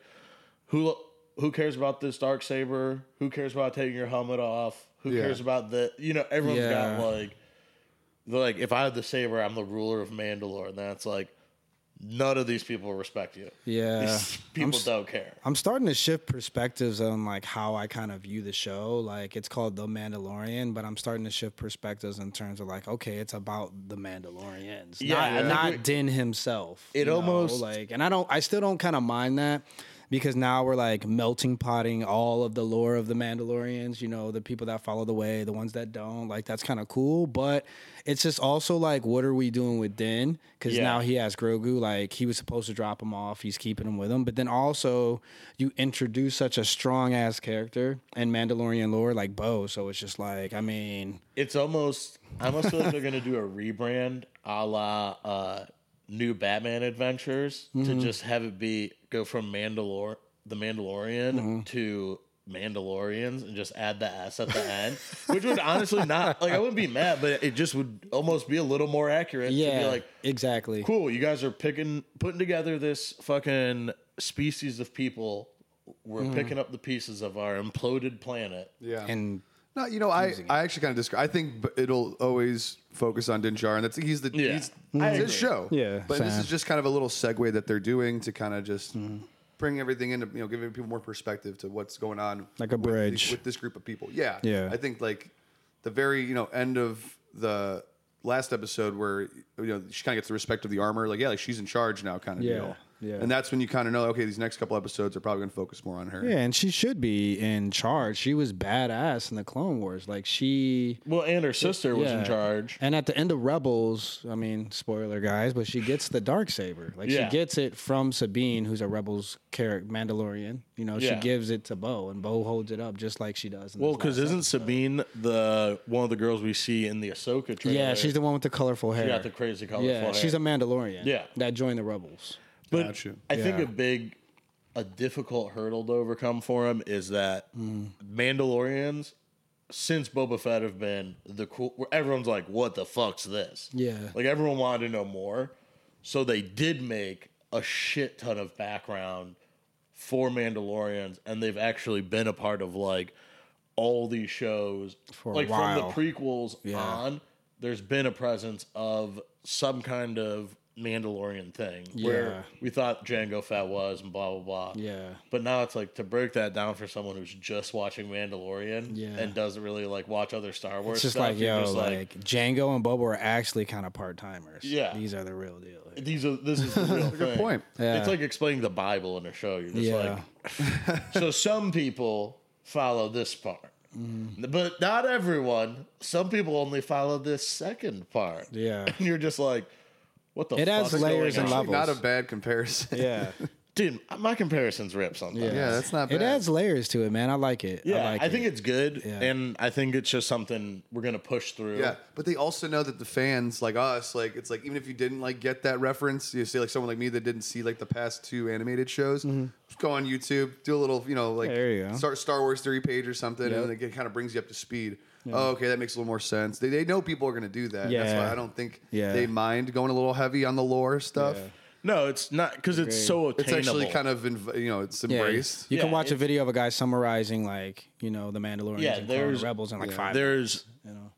[SPEAKER 1] who who cares about this dark saber? Who cares about taking your helmet off? Who
[SPEAKER 3] Yeah.
[SPEAKER 1] cares about the you know, everyone's
[SPEAKER 2] Yeah.
[SPEAKER 1] got like they're like if I have the saber, I'm the ruler of Mandalore, and that's like none of these people respect you.
[SPEAKER 2] Yeah.
[SPEAKER 1] These
[SPEAKER 2] I'm
[SPEAKER 1] people
[SPEAKER 2] s-
[SPEAKER 1] don't care.
[SPEAKER 2] I'm starting to shift perspectives on like how I kind of view the show. Like it's called The Mandalorian, but I'm starting to shift perspectives in terms of like, okay, it's about the Mandalorians,
[SPEAKER 1] Yeah,
[SPEAKER 2] not,
[SPEAKER 1] I think
[SPEAKER 2] not
[SPEAKER 1] we-
[SPEAKER 2] Din himself.
[SPEAKER 1] It
[SPEAKER 2] you know,
[SPEAKER 1] almost-
[SPEAKER 2] like, and I don't, I still don't kind of mind that because now we're like melting potting all of the lore of the Mandalorians. You know, the people that follow the way, the ones that don't. Like that's kind of cool, but it's just also like, what are we doing with Din? Because
[SPEAKER 1] Yeah.
[SPEAKER 2] now he has Grogu. Like he was supposed to drop him off. He's keeping him with him. But then also you introduce such a strong ass character and Mandalorian lore like Bo. So it's just like I mean,
[SPEAKER 1] It's almost I almost feel like they're gonna do a rebrand a la uh, new Batman Adventures to
[SPEAKER 2] Mm-hmm.
[SPEAKER 1] just have it be go from Mandalore the Mandalorian
[SPEAKER 2] Mm-hmm.
[SPEAKER 1] to Mandalorians and just add the S at the end, which would honestly not like I wouldn't be mad, but it just would almost be a little more accurate. to
[SPEAKER 2] yeah,
[SPEAKER 1] be like
[SPEAKER 2] exactly.
[SPEAKER 1] cool. You guys are picking, putting together this fucking species of people. We're
[SPEAKER 2] Mm-hmm.
[SPEAKER 1] picking up the pieces of our imploded planet.
[SPEAKER 3] Yeah.
[SPEAKER 2] And
[SPEAKER 3] No, you know, I, I actually kind of disagree. I think b- it'll always focus on Dinjar, and that's he's the
[SPEAKER 1] Yeah.
[SPEAKER 3] he's
[SPEAKER 1] I
[SPEAKER 3] it's his
[SPEAKER 1] agree.
[SPEAKER 3] show.
[SPEAKER 2] Yeah,
[SPEAKER 3] but this
[SPEAKER 2] same. Mm-hmm.
[SPEAKER 3] is just kind of a little segue that they're doing to kind of just bring everything into you know giving people more perspective to what's going on,
[SPEAKER 2] Like a
[SPEAKER 3] with the-
[SPEAKER 2] bridge.
[SPEAKER 3] with this group of people. Yeah,
[SPEAKER 2] Yeah.
[SPEAKER 3] I think like the very you know end of the last episode where you know she kind of gets the respect of the armor, like yeah, like she's in charge now, kind of
[SPEAKER 2] Yeah,
[SPEAKER 3] deal.
[SPEAKER 2] yeah.
[SPEAKER 3] and that's when you kind of know okay, these next couple episodes are probably going to focus more on her.
[SPEAKER 2] yeah, and she should be in charge. She was badass in the Clone Wars. Like she
[SPEAKER 1] Well, and her sister was
[SPEAKER 2] Yeah.
[SPEAKER 1] in charge.
[SPEAKER 2] And at the end of Rebels, I mean, spoiler guys, but she gets the dark saber. Like
[SPEAKER 1] Yeah.
[SPEAKER 2] she gets it from Sabine, who's a Rebels character, Mandalorian. You know,
[SPEAKER 1] Yeah.
[SPEAKER 2] she gives it to Bo, and Bo holds it up just like she does. In
[SPEAKER 1] Well,
[SPEAKER 2] this
[SPEAKER 1] because
[SPEAKER 2] last
[SPEAKER 1] isn't Sabine the one of the girls we see in the Ahsoka
[SPEAKER 2] episode.
[SPEAKER 1] trailer?
[SPEAKER 2] yeah, she's the one with the colorful hair.
[SPEAKER 1] she got the crazy colorful.
[SPEAKER 2] yeah, she's a Mandalorian.
[SPEAKER 1] Yeah.
[SPEAKER 2] that joined the Rebels.
[SPEAKER 1] But
[SPEAKER 3] Gotcha.
[SPEAKER 1] I think
[SPEAKER 2] Yeah.
[SPEAKER 1] a big, a difficult hurdle to overcome for him is that
[SPEAKER 2] Mm.
[SPEAKER 1] Mandalorians, since Boba Fett, have been the cool. where Everyone's like, "What the fuck's this?"
[SPEAKER 2] Yeah.
[SPEAKER 1] like everyone wanted to know more, so they did make a shit ton of background for Mandalorians, and they've actually been a part of like all these shows
[SPEAKER 2] For a
[SPEAKER 1] like
[SPEAKER 2] while.
[SPEAKER 1] from the prequels on. There's been a presence of some kind of Mandalorian thing
[SPEAKER 2] Yeah.
[SPEAKER 1] where we thought Django Fat was and blah blah blah.
[SPEAKER 2] Yeah.
[SPEAKER 1] But now it's like to break that down for someone who's just watching Mandalorian
[SPEAKER 2] Yeah.
[SPEAKER 1] and doesn't really like watch other Star Wars
[SPEAKER 2] It's just
[SPEAKER 1] stuff.
[SPEAKER 2] like
[SPEAKER 1] you're
[SPEAKER 2] yo,
[SPEAKER 1] just
[SPEAKER 2] like, Django and Boba are actually kind of part timers.
[SPEAKER 1] Yeah.
[SPEAKER 2] these are the real deal.
[SPEAKER 1] these are this is the real thing.
[SPEAKER 3] point.
[SPEAKER 2] Yeah.
[SPEAKER 1] It's like explaining the Bible in a show. You're just
[SPEAKER 2] Yeah.
[SPEAKER 1] like, so some people follow this part,
[SPEAKER 2] Mm-hmm.
[SPEAKER 1] but not everyone. Some people only follow this second part.
[SPEAKER 2] Yeah.
[SPEAKER 1] and you're just like, what the?
[SPEAKER 2] It has
[SPEAKER 1] fuck's
[SPEAKER 2] layers
[SPEAKER 1] going
[SPEAKER 2] and
[SPEAKER 1] on?
[SPEAKER 2] levels.
[SPEAKER 3] Not a bad comparison.
[SPEAKER 2] Yeah,
[SPEAKER 1] Dude, my comparisons rip sometimes.
[SPEAKER 2] Yeah.
[SPEAKER 1] Yeah,
[SPEAKER 3] Yeah, that's not bad.
[SPEAKER 2] it adds layers to it, man. I like it. I, like
[SPEAKER 1] I
[SPEAKER 2] it.
[SPEAKER 1] think it's good,
[SPEAKER 2] Yeah.
[SPEAKER 1] and I think it's just something we're gonna push through.
[SPEAKER 3] Yeah, but they also know that the fans like us, like it's like even if you didn't like get that reference, you see like someone like me that didn't see like the past two animated shows, just go on YouTube, do a little, you know, like
[SPEAKER 2] Mm-hmm. There you go.
[SPEAKER 3] start Star Wars theory page or something,
[SPEAKER 2] Yep.
[SPEAKER 3] and then it kind of brings you up to speed. Oh, okay, that makes a little more sense. They, they know people are going to do that. That's
[SPEAKER 2] Yeah.
[SPEAKER 3] why I don't think
[SPEAKER 2] Yeah.
[SPEAKER 3] they mind going a little heavy on the lore stuff.
[SPEAKER 2] Yeah.
[SPEAKER 1] No, it's not because it's
[SPEAKER 2] Agreed.
[SPEAKER 1] so
[SPEAKER 3] It's
[SPEAKER 1] attainable.
[SPEAKER 3] actually kind of inv- you know it's
[SPEAKER 2] Yeah,
[SPEAKER 3] embraced.
[SPEAKER 2] You can
[SPEAKER 1] Yeah,
[SPEAKER 2] watch a
[SPEAKER 1] it's-
[SPEAKER 2] video of a guy summarizing like you know the Mandalorians
[SPEAKER 1] Yeah,
[SPEAKER 2] and Clone
[SPEAKER 1] there's-
[SPEAKER 2] Rebels in like five.
[SPEAKER 1] there's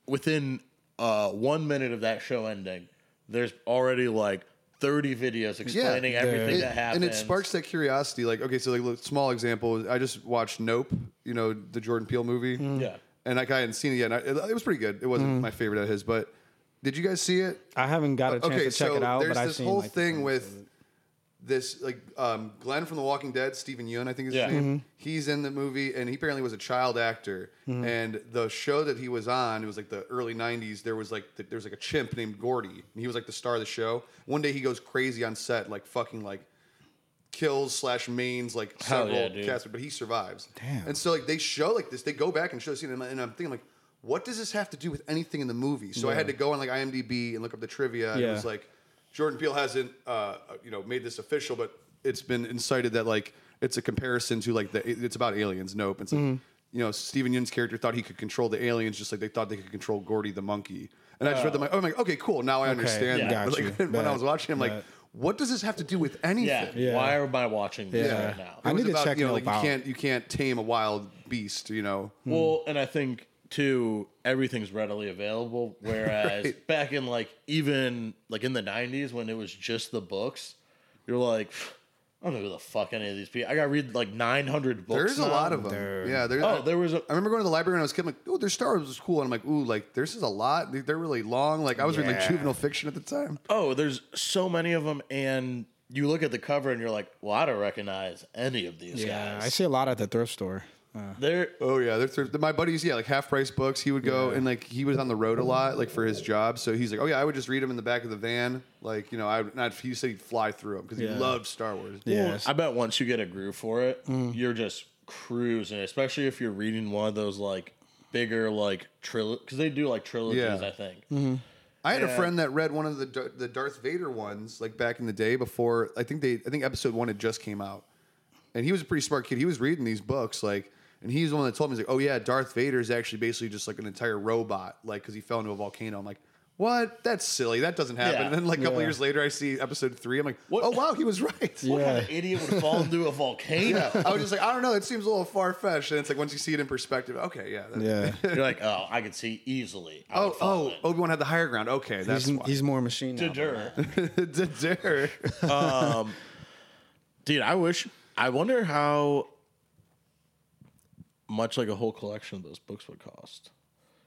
[SPEAKER 1] within uh, one minute of that show ending, there's already like 30 videos explaining
[SPEAKER 3] Yeah.
[SPEAKER 1] everything
[SPEAKER 3] It-
[SPEAKER 1] that happened.
[SPEAKER 3] And it sparks that curiosity. Like, okay, so like a small example. is I just watched Nope, you know, the Jordan Peele movie.
[SPEAKER 2] Mm-hmm.
[SPEAKER 1] Yeah.
[SPEAKER 3] And like I hadn't seen it yet. And I, it, it was pretty good. It wasn't my favorite of his, but did you guys see it?
[SPEAKER 2] I haven't got a chance
[SPEAKER 3] okay,
[SPEAKER 2] to check
[SPEAKER 3] so
[SPEAKER 2] it out,
[SPEAKER 3] there's
[SPEAKER 2] but I've
[SPEAKER 3] this
[SPEAKER 2] seen
[SPEAKER 3] whole
[SPEAKER 2] like, the
[SPEAKER 3] thing
[SPEAKER 2] things.
[SPEAKER 3] with this like um, Glenn from The Walking Dead, Stephen Yeun, I think is
[SPEAKER 1] Yeah.
[SPEAKER 3] his
[SPEAKER 2] Mm-hmm.
[SPEAKER 3] name. He's in the movie, and he apparently was a child actor. And the show that he was on, it was like the early '90s. There was like th- there was like a chimp named Gordy, and he was like the star of the show. One day he goes crazy on set, like fucking like kills slash mains like
[SPEAKER 1] Hell
[SPEAKER 3] several
[SPEAKER 1] yeah, dude.
[SPEAKER 3] cast, but he survives.
[SPEAKER 2] Damn.
[SPEAKER 3] And so like they show like this, they go back and show the scene, and, I'm- and I'm thinking like, what does this have to do with anything in the movie? So I had to go on like IMDb and look up the trivia. and
[SPEAKER 2] Yeah.
[SPEAKER 3] It was like Jordan Peele hasn't uh, you know uh, made this official, but it's been incited that like it's a comparison to like the it's about aliens. Nope. It's like you know Stephen Yin's character thought he could control the aliens just like they thought they could control Gordy the monkey. And I just read them like, oh my, okay, cool. Now I understand
[SPEAKER 1] yeah.
[SPEAKER 3] that.
[SPEAKER 2] Got
[SPEAKER 3] But,
[SPEAKER 2] you.
[SPEAKER 3] like, when I
[SPEAKER 2] Bet.
[SPEAKER 3] was watching, I'm like,
[SPEAKER 2] Bet.
[SPEAKER 3] what does this have to do with
[SPEAKER 1] Yeah.
[SPEAKER 3] anything?
[SPEAKER 2] Yeah.
[SPEAKER 1] Why am I watching this
[SPEAKER 2] Yeah.
[SPEAKER 1] right now?
[SPEAKER 2] I
[SPEAKER 3] It was
[SPEAKER 2] need to check
[SPEAKER 3] you know,
[SPEAKER 2] Nope
[SPEAKER 3] like, you
[SPEAKER 2] out.
[SPEAKER 3] can't you can't tame a wild beast. You know,
[SPEAKER 1] Well, and I think too everything's readily available. Whereas
[SPEAKER 3] Right.
[SPEAKER 1] back in like even like in the '90s when it was just the books, you're like, I don't know who the fuck any of these people. I got to read like 900 books.
[SPEAKER 3] there's a
[SPEAKER 1] now.
[SPEAKER 3] lot of them.
[SPEAKER 2] Dude.
[SPEAKER 3] Yeah, there's,
[SPEAKER 1] Oh, there was a.
[SPEAKER 3] I remember going to the library when I was a kid. I'm like, oh, their Star Wars was cool, and I'm like, ooh, like this is a lot. They- They're really long. Like I was reading like
[SPEAKER 2] Yeah.
[SPEAKER 3] juvenile fiction at the time.
[SPEAKER 1] Oh, there's so many of them, and you look at the cover and you're like, well, I don't recognize any of these
[SPEAKER 2] Yeah, I
[SPEAKER 1] guys.
[SPEAKER 2] see a lot at the thrift store. Uh,
[SPEAKER 1] They're
[SPEAKER 3] Oh yeah, they're thrift- my buddies. Yeah, like half price books. He would go and like he was on the road a lot, like for his job. So he's like, oh yeah, I would just read them in the back of the van. Like you know, I would not. He said he'd fly through them because he
[SPEAKER 2] Yeah.
[SPEAKER 3] loved Star Wars.
[SPEAKER 2] yes.
[SPEAKER 1] I bet once you get a groove for it,
[SPEAKER 3] Mm.
[SPEAKER 1] you're just cruising, especially if you're reading one of those like bigger like trilogy because they do like trilogies,
[SPEAKER 3] Yeah. Mm,
[SPEAKER 1] I think.
[SPEAKER 3] I had a friend that read one of the Dar- the Darth Vader ones like back in the day before I think they I think episode one had just came out, and he was a pretty smart kid. He was reading these books like, and he's the one that told me he's like, oh yeah, Darth Vader is actually basically just like an entire robot like because he fell into a volcano. I'm like. What? That's silly. That doesn't happen.
[SPEAKER 1] Yeah.
[SPEAKER 3] And then, like a couple
[SPEAKER 2] Yeah.
[SPEAKER 3] years later, I see episode three. I'm like,
[SPEAKER 1] What-
[SPEAKER 3] "Oh wow, he was right."
[SPEAKER 1] What kind
[SPEAKER 2] Yeah.
[SPEAKER 1] of idiot would fall into a volcano?
[SPEAKER 3] yeah. I was just like, I don't know. It seems a little far fetched. And it's like once you see it in perspective, okay, yeah. that-
[SPEAKER 2] yeah.
[SPEAKER 1] You're like, oh, I could see easily. I
[SPEAKER 3] Oh,
[SPEAKER 1] would fall
[SPEAKER 3] oh, Obi Wan had the higher ground. Okay, that's
[SPEAKER 2] He's,
[SPEAKER 3] why.
[SPEAKER 2] he's more machine. now.
[SPEAKER 1] in. Dur.
[SPEAKER 3] Dare.
[SPEAKER 1] Dude, I wish. I wonder how much like a whole collection of those books would cost.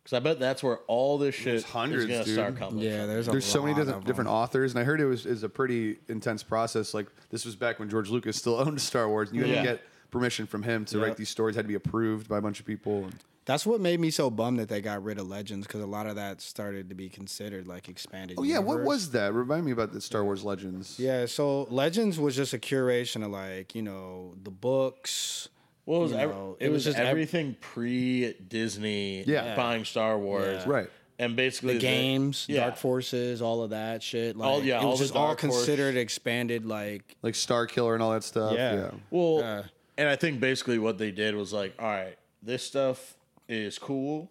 [SPEAKER 1] Because I bet that's where all this shit
[SPEAKER 3] hundreds,
[SPEAKER 1] is going to
[SPEAKER 3] dude.
[SPEAKER 1] start coming.
[SPEAKER 2] Yeah,
[SPEAKER 1] from.
[SPEAKER 2] there's a
[SPEAKER 3] There's so many
[SPEAKER 2] lot
[SPEAKER 3] different,
[SPEAKER 2] of
[SPEAKER 3] different
[SPEAKER 2] them.
[SPEAKER 3] authors, and I heard it was is a pretty intense process. Like this was back when George Lucas still owned Star Wars, and you had
[SPEAKER 1] Yeah.
[SPEAKER 3] to get permission from him to write these stories. Had to be approved by a bunch of people. And
[SPEAKER 2] That's what made me so bummed that they got rid of Legends because a lot of that started to be considered like expanded.
[SPEAKER 3] oh yeah, what
[SPEAKER 2] universe.
[SPEAKER 3] was that? Remind me about the Star Wars Legends.
[SPEAKER 2] Yeah, so Legends was just a curation of like you know the books.
[SPEAKER 1] Well, it was,
[SPEAKER 2] you
[SPEAKER 1] ev-
[SPEAKER 2] know,
[SPEAKER 1] it
[SPEAKER 2] it
[SPEAKER 1] was
[SPEAKER 2] was just ev-
[SPEAKER 1] everything pre Disney
[SPEAKER 3] Yeah.
[SPEAKER 1] buying Star Wars.
[SPEAKER 2] Yeah.
[SPEAKER 3] right.
[SPEAKER 1] And basically
[SPEAKER 2] The games,
[SPEAKER 1] yeah.
[SPEAKER 2] Dark Forces, all of that shit. Like,
[SPEAKER 1] All- yeah,
[SPEAKER 2] it was
[SPEAKER 1] all the
[SPEAKER 2] just all
[SPEAKER 1] Dark Horse-
[SPEAKER 2] considered expanded. Like,
[SPEAKER 3] Like Star Killer and all that stuff.
[SPEAKER 2] Yeah.
[SPEAKER 3] yeah.
[SPEAKER 1] Well,
[SPEAKER 2] Uh,
[SPEAKER 1] and I think basically what they did was like, all right, this stuff is cool,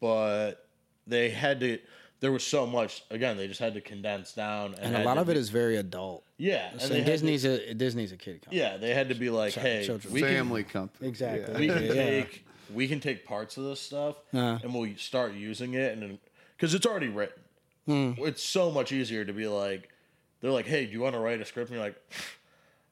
[SPEAKER 1] but they had to. There was so much. Again, they just had to condense down,
[SPEAKER 2] and a
[SPEAKER 1] had
[SPEAKER 2] lot
[SPEAKER 1] to
[SPEAKER 2] of it
[SPEAKER 1] be-
[SPEAKER 2] is very adult.
[SPEAKER 1] yeah. And
[SPEAKER 2] So
[SPEAKER 1] they had to-
[SPEAKER 2] Disney's a Disney's a kid company.
[SPEAKER 1] yeah, they had to be like, hey,
[SPEAKER 2] children.
[SPEAKER 1] we can,
[SPEAKER 3] Family company.
[SPEAKER 2] exactly.
[SPEAKER 1] we can
[SPEAKER 2] Yeah. Uh-huh.
[SPEAKER 1] take we can take parts of this stuff and we'll start using it, and because it's already written,
[SPEAKER 2] Hmm.
[SPEAKER 1] it's so much easier to be like, they're like, hey, do you want to write a script? And you're like.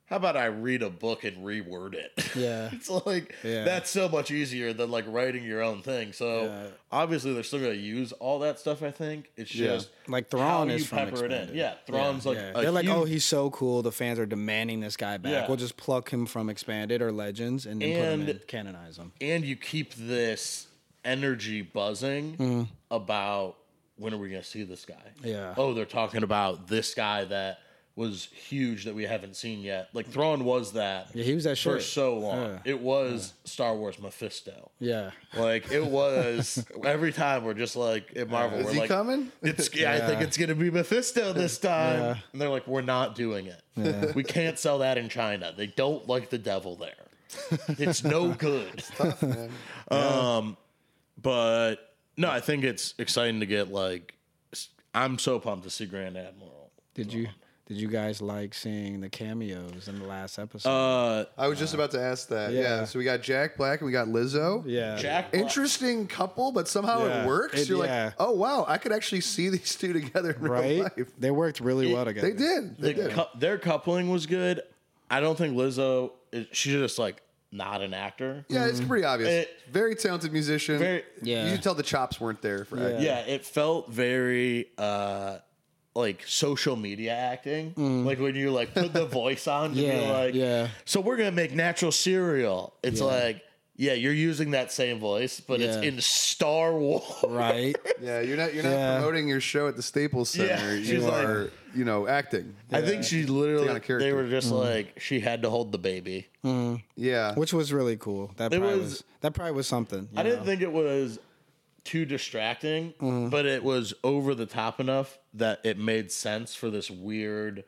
[SPEAKER 1] How about I read a book and reword it?
[SPEAKER 2] Yeah.
[SPEAKER 1] It's like
[SPEAKER 2] Yeah.
[SPEAKER 1] that's so much easier than like writing your own thing. So
[SPEAKER 2] Yeah.
[SPEAKER 1] obviously they're still gonna use all that stuff. I think it's
[SPEAKER 3] Yeah.
[SPEAKER 1] just
[SPEAKER 2] Like
[SPEAKER 1] how
[SPEAKER 2] Thrawn
[SPEAKER 1] you
[SPEAKER 2] is from
[SPEAKER 1] pepper it
[SPEAKER 2] expanded.
[SPEAKER 1] in. Yeah, Thrawn's like
[SPEAKER 2] Yeah.
[SPEAKER 1] a
[SPEAKER 2] they're like,
[SPEAKER 1] huge-
[SPEAKER 2] oh, he's so cool. The fans are demanding this guy back.
[SPEAKER 1] Yeah.
[SPEAKER 2] We'll just pluck him from Expanded or Legends and then put him
[SPEAKER 1] And-
[SPEAKER 2] in, canonize him.
[SPEAKER 1] and you keep this energy buzzing about when are we gonna see this guy?
[SPEAKER 2] Mm. Yeah.
[SPEAKER 1] Oh, they're talking about this guy that was huge that we haven't seen yet. Like Thrawn was that
[SPEAKER 2] Yeah, he was that
[SPEAKER 1] for
[SPEAKER 2] shit.
[SPEAKER 1] so long.
[SPEAKER 2] Yeah.
[SPEAKER 1] It was Star Wars Mephisto.
[SPEAKER 2] Yeah,
[SPEAKER 1] Like it was every time we're just like at Marvel.
[SPEAKER 3] Is
[SPEAKER 1] we're
[SPEAKER 3] he
[SPEAKER 1] like,
[SPEAKER 3] coming?
[SPEAKER 1] It's yeah, I think it's gonna be Mephisto this time. And they're like, we're not doing it. We can't sell that in China. They don't like the devil there. It's no good. Um, but no, I think it's exciting to get like. s- I'm so pumped to see Grand Admiral.
[SPEAKER 2] did you did you guys like seeing the cameos in the last episode?
[SPEAKER 1] Uh,
[SPEAKER 3] I was just about to ask that. Yeah.
[SPEAKER 2] Yeah.
[SPEAKER 3] So we got Jack Black and we got Lizzo.
[SPEAKER 2] yeah,
[SPEAKER 1] Jack. Black-
[SPEAKER 3] Interesting couple, but somehow it
[SPEAKER 2] Yeah.
[SPEAKER 3] works.
[SPEAKER 2] It-
[SPEAKER 3] You're
[SPEAKER 2] yeah.
[SPEAKER 3] like, oh wow, I could actually see these two together in real
[SPEAKER 2] right?
[SPEAKER 3] life.
[SPEAKER 2] They worked really well together.
[SPEAKER 3] They did. They
[SPEAKER 1] the
[SPEAKER 3] did.
[SPEAKER 1] cou- their coupling was good. I don't think Lizzo. is- She's just like not an actor.
[SPEAKER 3] Yeah, it's pretty obvious.
[SPEAKER 1] It-
[SPEAKER 3] very talented musician.
[SPEAKER 1] Eh. Very-
[SPEAKER 2] Yeah.
[SPEAKER 3] You can tell the chops weren't there for acting.
[SPEAKER 1] yeah it felt very uh like social media acting like when you like put the voice on to be
[SPEAKER 2] Mm. Yeah,
[SPEAKER 1] like
[SPEAKER 2] yeah.
[SPEAKER 1] so we're gonna make natural cereal it's like yeah you're using that same voice but it's
[SPEAKER 2] Yeah.
[SPEAKER 1] in star wars
[SPEAKER 2] Right?
[SPEAKER 3] Yeah, you're not you're not
[SPEAKER 2] Yeah.
[SPEAKER 3] promoting your show at the Staples Center.
[SPEAKER 1] Yeah, she's
[SPEAKER 3] you
[SPEAKER 1] like-
[SPEAKER 3] are, you know, acting.
[SPEAKER 1] i think she
[SPEAKER 3] Take on
[SPEAKER 1] literally
[SPEAKER 3] a character.
[SPEAKER 1] they were just
[SPEAKER 2] Mm.
[SPEAKER 1] like she had to hold the baby
[SPEAKER 3] Yeah.
[SPEAKER 2] Which was really cool. That probably was,
[SPEAKER 1] was-
[SPEAKER 2] that probably was something.
[SPEAKER 1] i didn't think it was too distracting
[SPEAKER 3] Mm-hmm.
[SPEAKER 1] but it was over the top enough that it made sense for this weird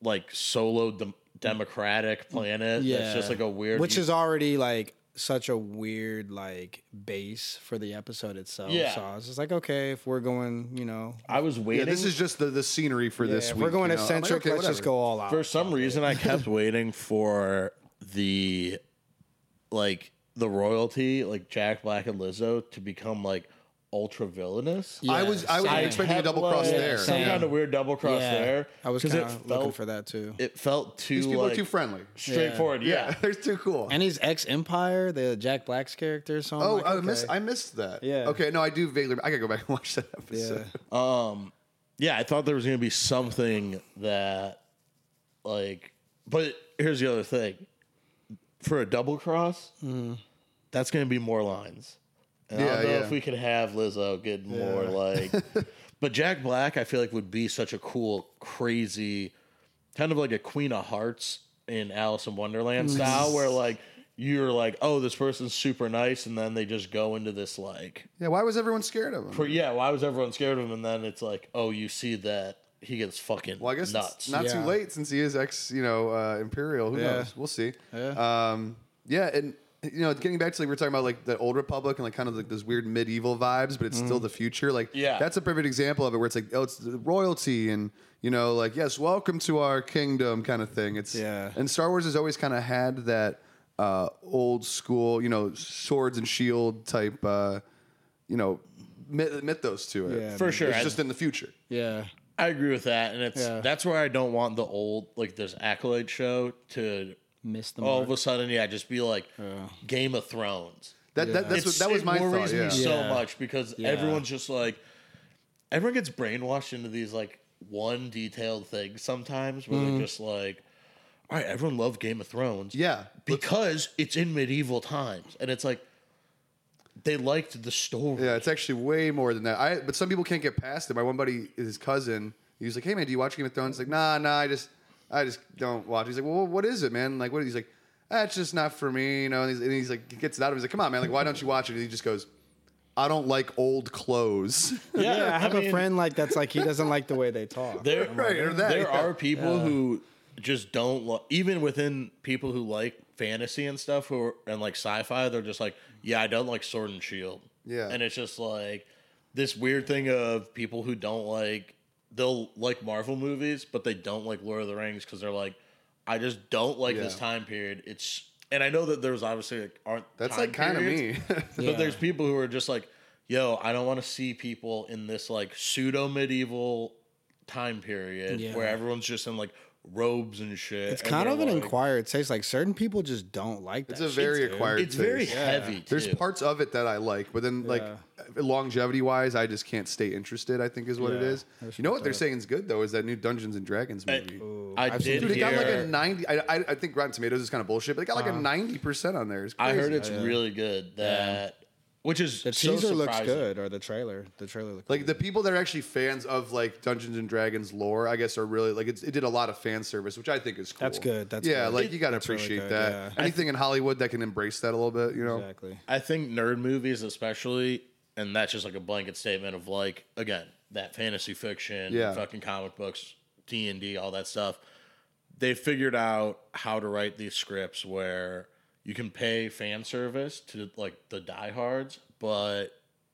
[SPEAKER 1] like solo dem- democratic planet. Yeah, it's just like a weird.
[SPEAKER 2] which is already like such a weird like base for the episode itself.
[SPEAKER 1] Yeah.
[SPEAKER 2] So I was just like, okay, if we're going, you know,
[SPEAKER 1] I was
[SPEAKER 3] Yeah,
[SPEAKER 1] waiting.
[SPEAKER 3] this is just the, the scenery for this
[SPEAKER 2] if
[SPEAKER 3] week.
[SPEAKER 2] we're going
[SPEAKER 3] you know? I'm like,
[SPEAKER 2] eccentric,
[SPEAKER 3] okay,
[SPEAKER 2] let's just
[SPEAKER 3] whatever.
[SPEAKER 2] go all out.
[SPEAKER 1] for some reason I kept waiting for the like the royalty, like Jack Black and Lizzo, to become like ultra villainous.
[SPEAKER 3] I was I was
[SPEAKER 2] Yeah, same.
[SPEAKER 3] expecting a
[SPEAKER 1] kept,
[SPEAKER 3] double cross
[SPEAKER 1] like,
[SPEAKER 3] there.
[SPEAKER 1] Some
[SPEAKER 2] Yeah.
[SPEAKER 1] kind of weird double cross
[SPEAKER 2] Yeah.
[SPEAKER 1] there.
[SPEAKER 2] I was
[SPEAKER 1] 'cause
[SPEAKER 2] kind
[SPEAKER 1] it
[SPEAKER 2] of looking
[SPEAKER 1] felt-
[SPEAKER 2] for that too.
[SPEAKER 1] It felt too
[SPEAKER 3] These people
[SPEAKER 1] like,
[SPEAKER 3] are too friendly.
[SPEAKER 1] straightforward. Yeah.
[SPEAKER 3] Yeah, they're too cool.
[SPEAKER 2] and he's ex Empire, the Jack Black's character. So I'm
[SPEAKER 3] Oh,
[SPEAKER 2] like,
[SPEAKER 3] I
[SPEAKER 2] okay.
[SPEAKER 3] missed I missed that.
[SPEAKER 2] Yeah.
[SPEAKER 3] Okay, no, I do vaguely. I gotta go back and watch that episode.
[SPEAKER 2] Yeah.
[SPEAKER 1] Um yeah, I thought there was gonna be something that like but here's the other thing. For a double cross, that's gonna be more lines. And I
[SPEAKER 3] Yeah,
[SPEAKER 1] don't know
[SPEAKER 3] yeah.
[SPEAKER 1] if we could have Lizzo get more like but Jack Black I feel like would be such a cool, crazy kind of like a Queen of Hearts in Alice in Wonderland style where like you're like, oh, this person's super nice, and then they just go into this like
[SPEAKER 3] Yeah, why was everyone scared of him?
[SPEAKER 1] but yeah, why was everyone scared of him? And then it's like, oh, you see that he gets fucking
[SPEAKER 3] Well, I guess
[SPEAKER 1] nuts.
[SPEAKER 3] it's not
[SPEAKER 2] Yeah.
[SPEAKER 3] too late since he is ex, you know, uh, Imperial. Who
[SPEAKER 2] Yeah.
[SPEAKER 3] knows? We'll see.
[SPEAKER 2] Yeah.
[SPEAKER 3] Um, yeah, and you know, getting back to like we we're talking about like the old Republic and like kind of like those weird medieval vibes, but it's
[SPEAKER 2] Mm.
[SPEAKER 3] still the future. Like,
[SPEAKER 1] Yeah.
[SPEAKER 3] that's a perfect example of it where it's like, oh, it's the royalty and you know, like yes, welcome to our kingdom kind of thing. It's
[SPEAKER 2] Yeah.
[SPEAKER 3] and Star Wars has always kind of had that uh, old school, you know, swords and shield type, uh, you know, myth- mythos to it.
[SPEAKER 2] Yeah.
[SPEAKER 1] For sure.
[SPEAKER 3] It's
[SPEAKER 1] I,
[SPEAKER 3] just in the future.
[SPEAKER 2] yeah,
[SPEAKER 1] I agree with that. And it's
[SPEAKER 2] Yeah.
[SPEAKER 1] that's where I don't want the old like this accolade show to
[SPEAKER 2] missed the
[SPEAKER 1] all
[SPEAKER 2] mark.
[SPEAKER 1] of a sudden, yeah, just be like
[SPEAKER 2] Yeah.
[SPEAKER 1] Game of Thrones.
[SPEAKER 3] That, that, that's
[SPEAKER 1] It's-
[SPEAKER 3] what, that was
[SPEAKER 1] it
[SPEAKER 3] my
[SPEAKER 1] worries
[SPEAKER 3] thought. Yeah.
[SPEAKER 1] me so
[SPEAKER 2] Yeah.
[SPEAKER 1] much because
[SPEAKER 2] Yeah.
[SPEAKER 1] everyone's just like everyone gets brainwashed into these like one detailed things sometimes where
[SPEAKER 2] Mm-hmm.
[SPEAKER 1] they're just like, all right, everyone loved Game of Thrones.
[SPEAKER 3] yeah.
[SPEAKER 1] because it's in medieval times and it's like they liked the story
[SPEAKER 3] Yeah, it's actually way more than that. I but some people can't get past it. My one buddy, his cousin, he was like, "Hey man, do you watch Game of Thrones?" Like, nah, nah, I just, I just don't watch. He's like, "Well, what is it, man?" Like, what? He's like, "That's just not for me," you know. And he's, and he's like, he gets it out of him. He's like, "Come on, man, like, why don't you watch it?" And he just goes, "I don't like old clothes."
[SPEAKER 2] yeah, I have
[SPEAKER 1] mean,
[SPEAKER 2] a friend like that's like he doesn't like the way they talk.
[SPEAKER 1] there,
[SPEAKER 3] Right, or that,
[SPEAKER 1] there
[SPEAKER 3] yeah.
[SPEAKER 1] are people who just don't lo- even within people who like fantasy and stuff who are, and like sci-fi they're just like yeah i don't like sword and shield
[SPEAKER 3] Yeah.
[SPEAKER 1] and it's just like this weird thing of people who don't like they'll like marvel movies but they don't like lord of the rings because they're like i just don't like this
[SPEAKER 3] Yeah.
[SPEAKER 1] time period it's and i know that there's obviously like aren't
[SPEAKER 3] That's
[SPEAKER 1] time
[SPEAKER 3] like kind of
[SPEAKER 1] periods,
[SPEAKER 3] me.
[SPEAKER 2] Yeah.
[SPEAKER 1] But there's people who are just like, yo, I don't want to see people in this like pseudo medieval time period
[SPEAKER 2] Yeah.
[SPEAKER 1] where everyone's just in like robes and shit.
[SPEAKER 2] it's
[SPEAKER 1] and
[SPEAKER 2] kind
[SPEAKER 1] they're
[SPEAKER 2] of an
[SPEAKER 1] like-
[SPEAKER 2] acquired taste. Like certain people just don't like that.
[SPEAKER 3] it's a
[SPEAKER 2] shit,
[SPEAKER 3] very
[SPEAKER 2] dude.
[SPEAKER 3] acquired.
[SPEAKER 1] It's very
[SPEAKER 3] taste.
[SPEAKER 1] heavy.
[SPEAKER 3] There's
[SPEAKER 1] too.
[SPEAKER 3] parts of it that I like, but then like
[SPEAKER 2] Yeah.
[SPEAKER 3] longevity wise, I just can't stay interested. I think is what it
[SPEAKER 2] Yeah,
[SPEAKER 3] is.
[SPEAKER 2] that's
[SPEAKER 3] You know
[SPEAKER 2] fucked
[SPEAKER 3] what they're
[SPEAKER 2] up.
[SPEAKER 3] saying is good though is that new Dungeons and Dragons movie.
[SPEAKER 1] I
[SPEAKER 2] I've seen
[SPEAKER 1] did
[SPEAKER 3] Dude, it got like a
[SPEAKER 1] hear.
[SPEAKER 3] ninety. I, I, I think Rotten Tomatoes is kind of bullshit, but it got like
[SPEAKER 2] Uh-huh.
[SPEAKER 3] a ninety percent on there. It's
[SPEAKER 1] I
[SPEAKER 3] crazy.
[SPEAKER 1] heard it's really good. That which is
[SPEAKER 2] The
[SPEAKER 1] so
[SPEAKER 2] teaser looks
[SPEAKER 1] surprising.
[SPEAKER 2] good, or the trailer. The trailer looks
[SPEAKER 3] like the people that are actually fans of like Dungeons and Dragons lore. I guess are really like it's, it did a lot of fan service, which I think is cool.
[SPEAKER 2] That's good, that's
[SPEAKER 3] yeah.
[SPEAKER 2] good.
[SPEAKER 3] Like you got to
[SPEAKER 2] That's really
[SPEAKER 3] appreciate
[SPEAKER 2] good,
[SPEAKER 3] that.
[SPEAKER 2] yeah.
[SPEAKER 3] Anything in Hollywood that can embrace that a little bit, you know.
[SPEAKER 2] exactly.
[SPEAKER 1] I think nerd movies, especially, and that's just like a blanket statement of like again that fantasy fiction,
[SPEAKER 3] Yeah.
[SPEAKER 1] fucking comic books, D and D, all that stuff. They figured out how to write these scripts where you can pay fan service to like the diehards, but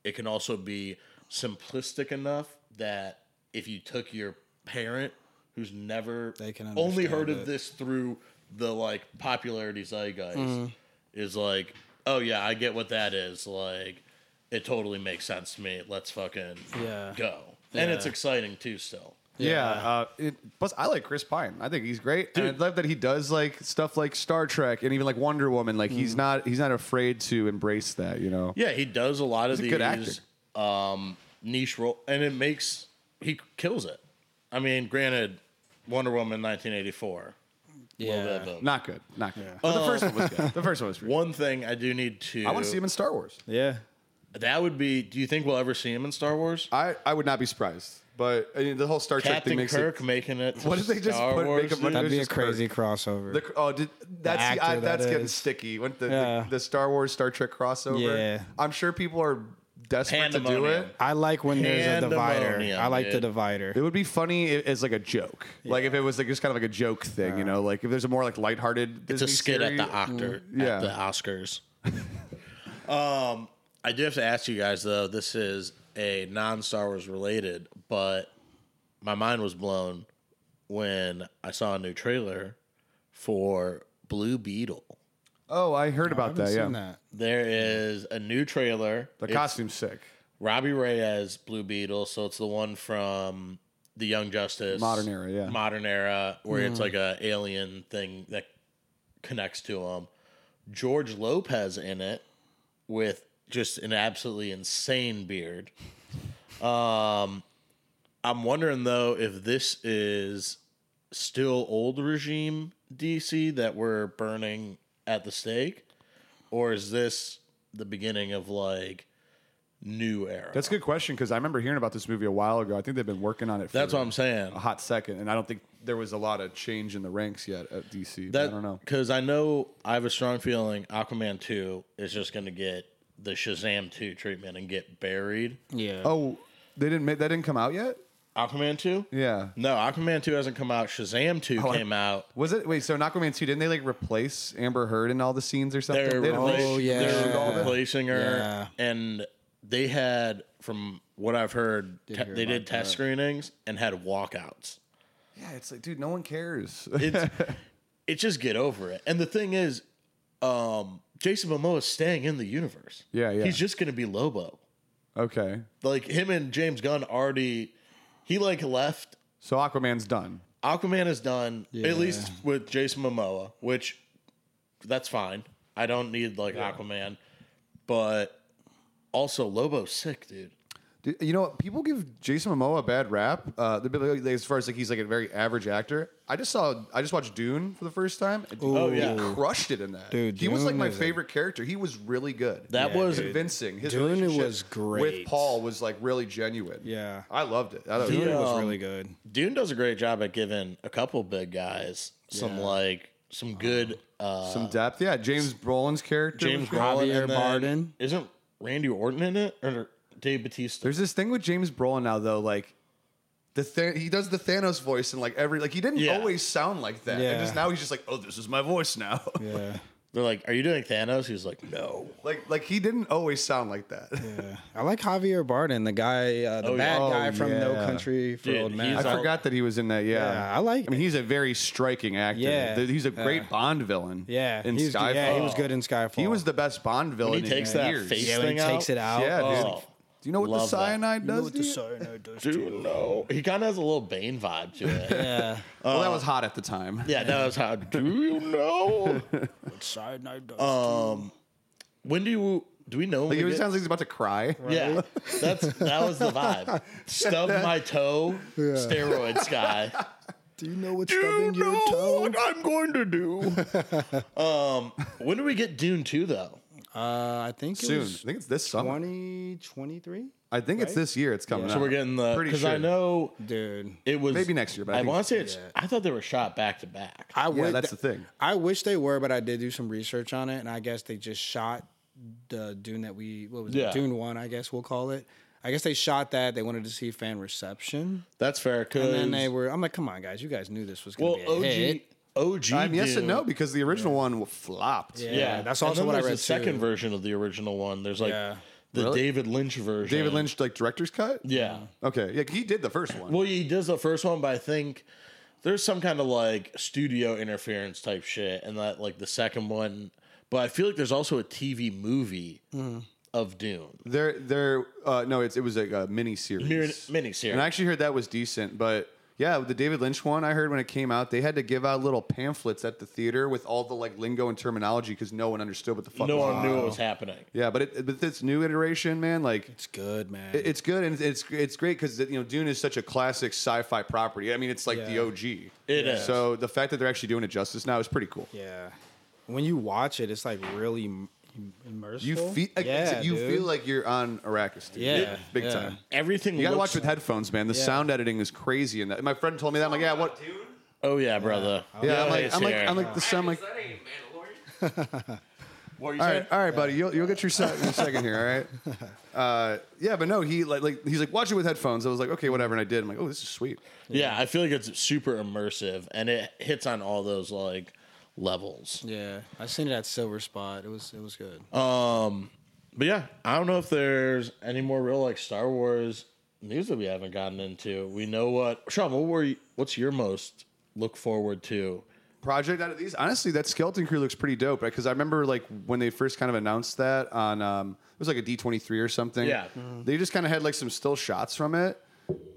[SPEAKER 1] it can also be simplistic enough that if you took your parent who's never
[SPEAKER 2] They can
[SPEAKER 1] only heard
[SPEAKER 2] understand
[SPEAKER 1] of
[SPEAKER 2] it.
[SPEAKER 1] this through the like popularity zeitgeist
[SPEAKER 2] Mm-hmm.
[SPEAKER 1] is like, oh yeah, I get what that is. Like, it totally makes sense to me. Let's fucking
[SPEAKER 2] Yeah.
[SPEAKER 1] go. And it's exciting too. Still,
[SPEAKER 3] Yeah. Uh, it, plus, I like Chris Pine. I think he's great. And I love that he does like stuff like Star Trek and even like Wonder Woman. Like he's not he's not afraid to embrace that. You know.
[SPEAKER 1] yeah, he does a lot of
[SPEAKER 3] a good
[SPEAKER 1] these um, niche role, and it makes he kills it. I mean, granted, Wonder Woman, nineteen eighty four.
[SPEAKER 2] Yeah,
[SPEAKER 3] Not good. Not good. But the first one was good. The first one was pretty.
[SPEAKER 1] One thing I do need to
[SPEAKER 3] I want to see him in Star Wars.
[SPEAKER 2] yeah.
[SPEAKER 1] That would be. Do you think we'll ever see him in Star Wars?
[SPEAKER 3] I, I would not be surprised. But I mean, the whole Star Trek thing
[SPEAKER 1] Captain
[SPEAKER 3] makes
[SPEAKER 1] Kirk
[SPEAKER 3] it.
[SPEAKER 1] making it. To
[SPEAKER 3] What if they just
[SPEAKER 1] Star
[SPEAKER 3] put-
[SPEAKER 1] Wars,
[SPEAKER 3] make him-
[SPEAKER 1] dude?
[SPEAKER 2] That'd be a
[SPEAKER 3] just Kirk.
[SPEAKER 2] crazy crossover.
[SPEAKER 3] The, oh, did, that's
[SPEAKER 2] actor
[SPEAKER 3] I, that's
[SPEAKER 2] that
[SPEAKER 3] getting
[SPEAKER 2] is.
[SPEAKER 3] sticky. When the,
[SPEAKER 2] Yeah.
[SPEAKER 3] the the Star Wars Star Trek crossover.
[SPEAKER 2] Yeah.
[SPEAKER 3] I'm sure people are desperate to do
[SPEAKER 1] Pandemonium.
[SPEAKER 3] it.
[SPEAKER 2] I like when there's a divider.
[SPEAKER 1] Pandemonium,
[SPEAKER 2] I like the
[SPEAKER 1] dude.
[SPEAKER 2] divider.
[SPEAKER 3] It would be funny i- as like a joke, like if it was like just kind of like a joke thing, you know, like if there's a more like lighthearted.
[SPEAKER 1] It's a skit at the Octor,
[SPEAKER 3] Mm, yeah.
[SPEAKER 1] at the Oscars. um, I do have to ask you guys though. This is a non-Star Wars related, but my mind was blown when I saw a new trailer for Blue Beetle.
[SPEAKER 3] Oh, I heard
[SPEAKER 2] I
[SPEAKER 3] about
[SPEAKER 2] haven't
[SPEAKER 3] that. Yeah,
[SPEAKER 2] seen that.
[SPEAKER 1] There is a new trailer.
[SPEAKER 3] the
[SPEAKER 1] It's
[SPEAKER 3] costume's sick.
[SPEAKER 1] Robbie Reyes Blue Beetle, so it's the one from the Young Justice
[SPEAKER 3] Modern era, yeah.
[SPEAKER 1] modern era, where it's like a alien thing that connects to him. George Lopez in it with just an absolutely insane beard. Um, I'm wondering though if this is still old regime DC that we're burning at the stake, or is this the beginning of like new era?
[SPEAKER 3] That's a good question because I remember hearing about this movie a while ago. I think they've been working on it. For
[SPEAKER 1] That's what I'm saying.
[SPEAKER 3] a hot second, and I don't think there was a lot of change in the ranks yet at DC. but
[SPEAKER 1] That,
[SPEAKER 3] I don't know.
[SPEAKER 1] because I know I have a strong feeling Aquaman two is just going to get the Shazam two treatment and get buried.
[SPEAKER 2] Yeah.
[SPEAKER 3] Oh, they didn't. ma- That didn't come out yet.
[SPEAKER 1] Aquaman two,
[SPEAKER 3] Yeah. Oh,
[SPEAKER 1] no, Aquaman two hasn't come out. Shazam two
[SPEAKER 3] I-
[SPEAKER 1] came out.
[SPEAKER 3] Was it wait? So in Aquaman two, didn't they like replace Amber Heard in all the scenes or something?
[SPEAKER 1] They're,
[SPEAKER 3] They had a
[SPEAKER 1] repla-
[SPEAKER 3] big-
[SPEAKER 2] Oh, yeah.
[SPEAKER 1] they're replacing her,
[SPEAKER 2] Yeah.
[SPEAKER 1] and they had, from what I've heard, te-
[SPEAKER 2] hear
[SPEAKER 1] they did
[SPEAKER 2] about
[SPEAKER 1] test screenings and had walkouts.
[SPEAKER 3] yeah. It's like, dude, no one cares.
[SPEAKER 1] It's it's just get over it. And the thing is, um, Jason Momoa is staying in the universe.
[SPEAKER 3] Yeah, yeah.
[SPEAKER 1] He's just going to be Lobo.
[SPEAKER 3] okay,
[SPEAKER 1] Like him and James Gunn already, he like left.
[SPEAKER 3] so Aquaman's done.
[SPEAKER 1] Aquaman is done
[SPEAKER 2] Yeah.
[SPEAKER 1] at least with Jason Momoa, which that's fine. I don't need like Aquaman, but also Lobo's sick, dude.
[SPEAKER 3] Dude, you know, what? people give Jason Momoa a bad rap. Uh, the like, as far as like he's like a very average actor. I just saw, I just watched Dune for the first time.
[SPEAKER 1] Oh, yeah.
[SPEAKER 3] he crushed it in that.
[SPEAKER 2] Dude,
[SPEAKER 3] he was like
[SPEAKER 2] Dune
[SPEAKER 3] my
[SPEAKER 2] is a-
[SPEAKER 3] favorite character. He was really good.
[SPEAKER 1] That
[SPEAKER 2] Yeah,
[SPEAKER 1] was
[SPEAKER 3] convincing. His
[SPEAKER 2] Dune
[SPEAKER 3] relationship
[SPEAKER 2] was great.
[SPEAKER 3] with Paul was like really genuine.
[SPEAKER 2] Yeah.
[SPEAKER 3] I loved it. I thought it was
[SPEAKER 2] Dune
[SPEAKER 3] great.
[SPEAKER 2] was
[SPEAKER 1] um,
[SPEAKER 2] really good.
[SPEAKER 1] Dune does a great job at giving a couple big guys some like some good uh
[SPEAKER 3] Some depth. Yeah, James Brolin's character.
[SPEAKER 1] James
[SPEAKER 3] was great.
[SPEAKER 1] Brolin
[SPEAKER 2] Javier
[SPEAKER 1] and then-
[SPEAKER 2] Bardem.
[SPEAKER 1] Isn't Randy Orton in it or Dave Batista?
[SPEAKER 3] There's this thing with James Brolin now though, like. The Than he does the Thanos voice and like every like he didn't
[SPEAKER 1] Yeah.
[SPEAKER 3] always sound like that. And
[SPEAKER 2] Yeah.
[SPEAKER 3] just now he's just like, oh, this is my voice now.
[SPEAKER 2] Yeah.
[SPEAKER 1] They're like, "Are you doing Thanos?" He's like, "No."
[SPEAKER 3] Like like he didn't always sound like that.
[SPEAKER 2] Yeah. I like Javier Bardem, the guy, uh, the
[SPEAKER 1] Oh, yeah.
[SPEAKER 2] bad
[SPEAKER 3] Oh,
[SPEAKER 2] guy from No
[SPEAKER 3] yeah.
[SPEAKER 2] Country for
[SPEAKER 1] Dude,
[SPEAKER 2] Old Man.
[SPEAKER 1] he's
[SPEAKER 3] I
[SPEAKER 1] all-
[SPEAKER 3] forgot that he was in that. Yeah,
[SPEAKER 2] Yeah, I like
[SPEAKER 3] I mean, he's a very striking actor.
[SPEAKER 2] Yeah.
[SPEAKER 3] Th- he's a great
[SPEAKER 2] Yeah.
[SPEAKER 3] Bond villain.
[SPEAKER 2] yeah,
[SPEAKER 3] in
[SPEAKER 2] he's,
[SPEAKER 3] Skyfall,
[SPEAKER 2] yeah, he was good in Skyfall.
[SPEAKER 3] He was the best Bond villain.
[SPEAKER 1] When he takes
[SPEAKER 3] in
[SPEAKER 1] that
[SPEAKER 3] years.
[SPEAKER 1] face
[SPEAKER 2] yeah, when
[SPEAKER 1] thing
[SPEAKER 2] he
[SPEAKER 1] out.
[SPEAKER 2] takes it out.
[SPEAKER 3] Yeah, dude.
[SPEAKER 1] Oh.
[SPEAKER 3] Do you know what the
[SPEAKER 1] Love that.
[SPEAKER 3] cyanide does? to you?
[SPEAKER 2] cyanide does
[SPEAKER 1] Dude, no. He kind of has a little Bane vibe to it. yeah.
[SPEAKER 2] Yeah,
[SPEAKER 3] well,
[SPEAKER 1] Uh,
[SPEAKER 3] that was hot at the time.
[SPEAKER 1] that was how. Do you know?
[SPEAKER 2] what cyanide does.
[SPEAKER 1] Um, when do you? Do we know? when
[SPEAKER 3] Like,
[SPEAKER 1] we
[SPEAKER 3] he always
[SPEAKER 1] get-
[SPEAKER 3] sounds like he's about to cry.
[SPEAKER 1] Yeah, that's that was the vibe. Stub my toe, steroid sky.
[SPEAKER 2] do you know what's
[SPEAKER 1] I'm going to do? um, when do we get Dune two though?
[SPEAKER 2] Uh, I think it
[SPEAKER 3] Soon, I
[SPEAKER 2] was
[SPEAKER 3] think it's this summer.
[SPEAKER 2] 2023,
[SPEAKER 3] I think it's this year. It's coming.
[SPEAKER 1] So
[SPEAKER 3] out.
[SPEAKER 1] we're getting the
[SPEAKER 3] Uh, Pretty
[SPEAKER 1] because I
[SPEAKER 3] sure.
[SPEAKER 1] know
[SPEAKER 2] dude.
[SPEAKER 1] it was
[SPEAKER 3] maybe next year, but I
[SPEAKER 1] I,
[SPEAKER 3] think-
[SPEAKER 1] want to say it's. I thought they were shot back to back.
[SPEAKER 2] I
[SPEAKER 3] Yeah,
[SPEAKER 2] would-
[SPEAKER 3] that's the thing.
[SPEAKER 2] I wish they were, but I did do some research on it, and I guess they just shot the Dune that we what was
[SPEAKER 1] Yeah.
[SPEAKER 2] it Dune one, I guess we'll call it. I guess they shot that. They wanted to see fan reception,
[SPEAKER 1] That's fair. Cause
[SPEAKER 2] and then they were. I'm like, come on, guys, you guys knew this was gonna
[SPEAKER 1] well
[SPEAKER 2] be a
[SPEAKER 1] OG
[SPEAKER 2] hit.
[SPEAKER 1] OG.
[SPEAKER 3] I'm Um, yes and
[SPEAKER 1] Dune-
[SPEAKER 3] no because the original one flopped.
[SPEAKER 2] Yeah.
[SPEAKER 1] Yeah,
[SPEAKER 2] that's
[SPEAKER 1] And
[SPEAKER 2] also
[SPEAKER 1] then
[SPEAKER 2] what I
[SPEAKER 1] there's
[SPEAKER 2] read
[SPEAKER 1] The second
[SPEAKER 2] too.
[SPEAKER 1] version of the original one. There's like
[SPEAKER 2] Yeah.
[SPEAKER 1] the
[SPEAKER 3] Really?
[SPEAKER 1] David Lynch version.
[SPEAKER 3] David Lynch like director's cut.
[SPEAKER 1] Yeah.
[SPEAKER 3] Okay. Yeah, he did the first one.
[SPEAKER 1] Well, he does the first one, but I think there's some kind of like studio interference type shit, and that like the second one. But I feel like there's also a TV movie
[SPEAKER 3] Mm-hmm.
[SPEAKER 1] of Dune
[SPEAKER 3] There, there. Uh, no, it's it was like a mini
[SPEAKER 1] Mir-
[SPEAKER 3] series.
[SPEAKER 1] miniseries.
[SPEAKER 3] And I actually heard that was decent, but yeah, the David Lynch one I heard when it came out, they had to give out little pamphlets at the theater with all the like lingo and terminology because no one understood what the fuck.
[SPEAKER 1] no
[SPEAKER 3] was
[SPEAKER 1] one
[SPEAKER 3] going
[SPEAKER 1] knew
[SPEAKER 3] on.
[SPEAKER 1] what was happening.
[SPEAKER 3] Yeah, but it, but this new iteration, man, like
[SPEAKER 2] It's good, man.
[SPEAKER 3] it- it's good and it's it's great because you know Dune is such a classic sci-fi property. I mean, it's like the
[SPEAKER 2] Yeah.
[SPEAKER 3] OG.
[SPEAKER 1] It is.
[SPEAKER 3] So the fact that they're actually doing it justice now is pretty cool.
[SPEAKER 2] yeah, when you watch it, it's like really im- immersive.
[SPEAKER 3] You feel like,
[SPEAKER 2] yeah,
[SPEAKER 3] you
[SPEAKER 2] dude.
[SPEAKER 3] feel like you're on Arrakis, dude.
[SPEAKER 2] Yeah,
[SPEAKER 3] big
[SPEAKER 2] yeah.
[SPEAKER 3] time.
[SPEAKER 1] Everything
[SPEAKER 3] You gotta
[SPEAKER 1] looks-
[SPEAKER 3] watch with headphones, man. The
[SPEAKER 2] Yeah.
[SPEAKER 3] sound editing is crazy, and that my friend told me that. I'm like, yeah, what?
[SPEAKER 1] Oh yeah, brother.
[SPEAKER 3] Yeah, I'm like,
[SPEAKER 1] it's
[SPEAKER 3] I'm like,
[SPEAKER 1] here.
[SPEAKER 3] I'm like the sound, like
[SPEAKER 4] that ain't Mandalorian.
[SPEAKER 1] What are you
[SPEAKER 3] All
[SPEAKER 1] saying?
[SPEAKER 3] right, all right, buddy. You'll, you'll get your set in a second here. All right. Uh, yeah, but no, he like like he's like watch it with headphones. I was like, okay, whatever, and I did. I'm like, oh, this is sweet.
[SPEAKER 1] Yeah, I feel like it's super immersive and it hits on all those like levels.
[SPEAKER 2] Yeah, I seen it at Silver Spot. It was it was good.
[SPEAKER 3] Uh,
[SPEAKER 1] But yeah, I don't know if there's any more real like Star Wars news that we haven't gotten into. We know what Sean, what were you, what's your most look forward to?
[SPEAKER 3] Project out of these, honestly, that skeleton crew looks pretty dope. Because I remember like when they first kind of announced that on um, it was like a D23 or something.
[SPEAKER 1] Yeah.
[SPEAKER 3] They just kind of had like some still shots from it,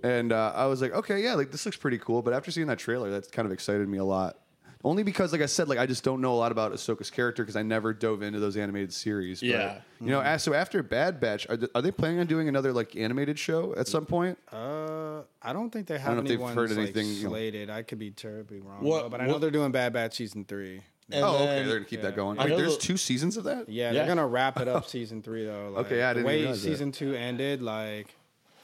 [SPEAKER 3] and uh, I was like, okay, yeah, like this looks pretty cool. But after seeing that trailer, that's kind of excited me a lot. Only because, like I said, like I just don't know a lot about Ahsoka's character because I never dove into those animated series. But,
[SPEAKER 1] Yeah.
[SPEAKER 3] you know, as so after Bad Batch, are, th- are they planning on doing another like animated show at some point?
[SPEAKER 2] Uh, I don't think they have
[SPEAKER 3] don't know if they've
[SPEAKER 2] anyone
[SPEAKER 3] heard
[SPEAKER 2] that's, like,
[SPEAKER 3] anything, you know.
[SPEAKER 2] slated. I could be terribly wrong,
[SPEAKER 1] What-
[SPEAKER 2] though, but I know
[SPEAKER 1] what-
[SPEAKER 2] they're doing Bad Batch season three.
[SPEAKER 1] And
[SPEAKER 3] oh, okay,
[SPEAKER 1] then-
[SPEAKER 3] they're gonna keep that going.
[SPEAKER 1] I
[SPEAKER 3] Wait,
[SPEAKER 1] know
[SPEAKER 3] there's
[SPEAKER 1] the-
[SPEAKER 3] two seasons of that.
[SPEAKER 2] Yeah,
[SPEAKER 1] Yeah.
[SPEAKER 2] they're gonna wrap it up season three though. Like,
[SPEAKER 3] Okay, I didn't
[SPEAKER 2] the way
[SPEAKER 3] realize that.
[SPEAKER 2] season two ended, like,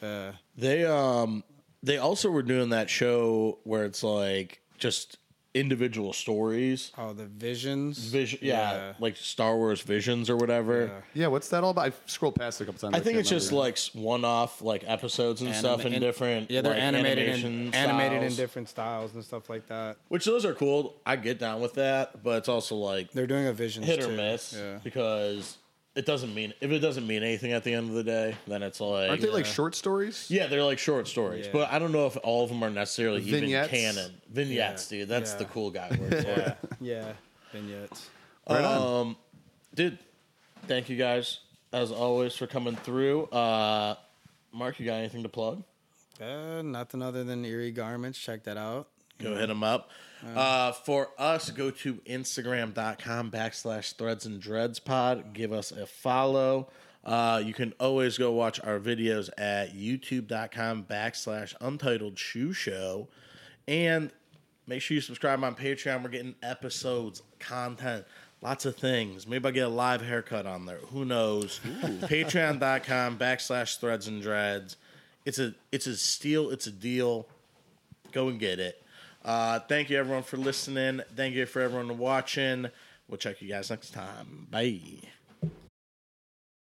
[SPEAKER 2] uh,
[SPEAKER 1] They um they also were doing that show where it's like just individual stories.
[SPEAKER 2] oh, the visions,
[SPEAKER 1] Vision yeah, like Star Wars Visions or whatever.
[SPEAKER 3] Yeah, what's that all about? I scrolled past it a couple times.
[SPEAKER 1] I think
[SPEAKER 3] can't
[SPEAKER 1] it's just
[SPEAKER 3] remember.
[SPEAKER 1] like one off like episodes and
[SPEAKER 2] Anima-
[SPEAKER 1] stuff in
[SPEAKER 2] and-
[SPEAKER 1] different
[SPEAKER 2] yeah, they're
[SPEAKER 1] like,
[SPEAKER 2] animated
[SPEAKER 1] animation
[SPEAKER 2] in, animated in
[SPEAKER 1] styles.
[SPEAKER 2] different styles and stuff like that.
[SPEAKER 1] Which those are cool. I get down with that, but it's also like
[SPEAKER 2] They're doing a vision
[SPEAKER 1] hit or miss
[SPEAKER 2] Yeah.
[SPEAKER 1] because it doesn't mean if it doesn't mean anything at the end of the day, then it's like
[SPEAKER 3] aren't they like short stories?
[SPEAKER 1] yeah, they're like short stories,
[SPEAKER 2] Yeah.
[SPEAKER 1] but I don't know if all of them are necessarily
[SPEAKER 3] Vignettes?
[SPEAKER 1] even canon. Vignettes,
[SPEAKER 2] Yeah.
[SPEAKER 1] dude. That's
[SPEAKER 2] Yeah.
[SPEAKER 1] the cool guy word. yeah.
[SPEAKER 2] Yeah, vignettes.
[SPEAKER 3] Right on.
[SPEAKER 1] Um, Dude, thank you guys as always for coming through. Uh Mark, you got anything to plug?
[SPEAKER 2] Uh, nothing other than Erie Garments. Check that out.
[SPEAKER 1] Go hit them up. Uh, for us, go to Instagram.com backslash threads and dreads pod. Give us a follow. Uh, you can always go watch our videos at youtube.com backslash untitled shoe show. And make sure you subscribe on Patreon. We're getting episodes, content, lots of things. Maybe I get a live haircut on there. Who knows? Patreon.com backslash threads and dreads. It's a it's a steal, it's a deal go and get it. Uh, thank you everyone for listening. Thank you for everyone watching. We'll check you guys next time. Bye.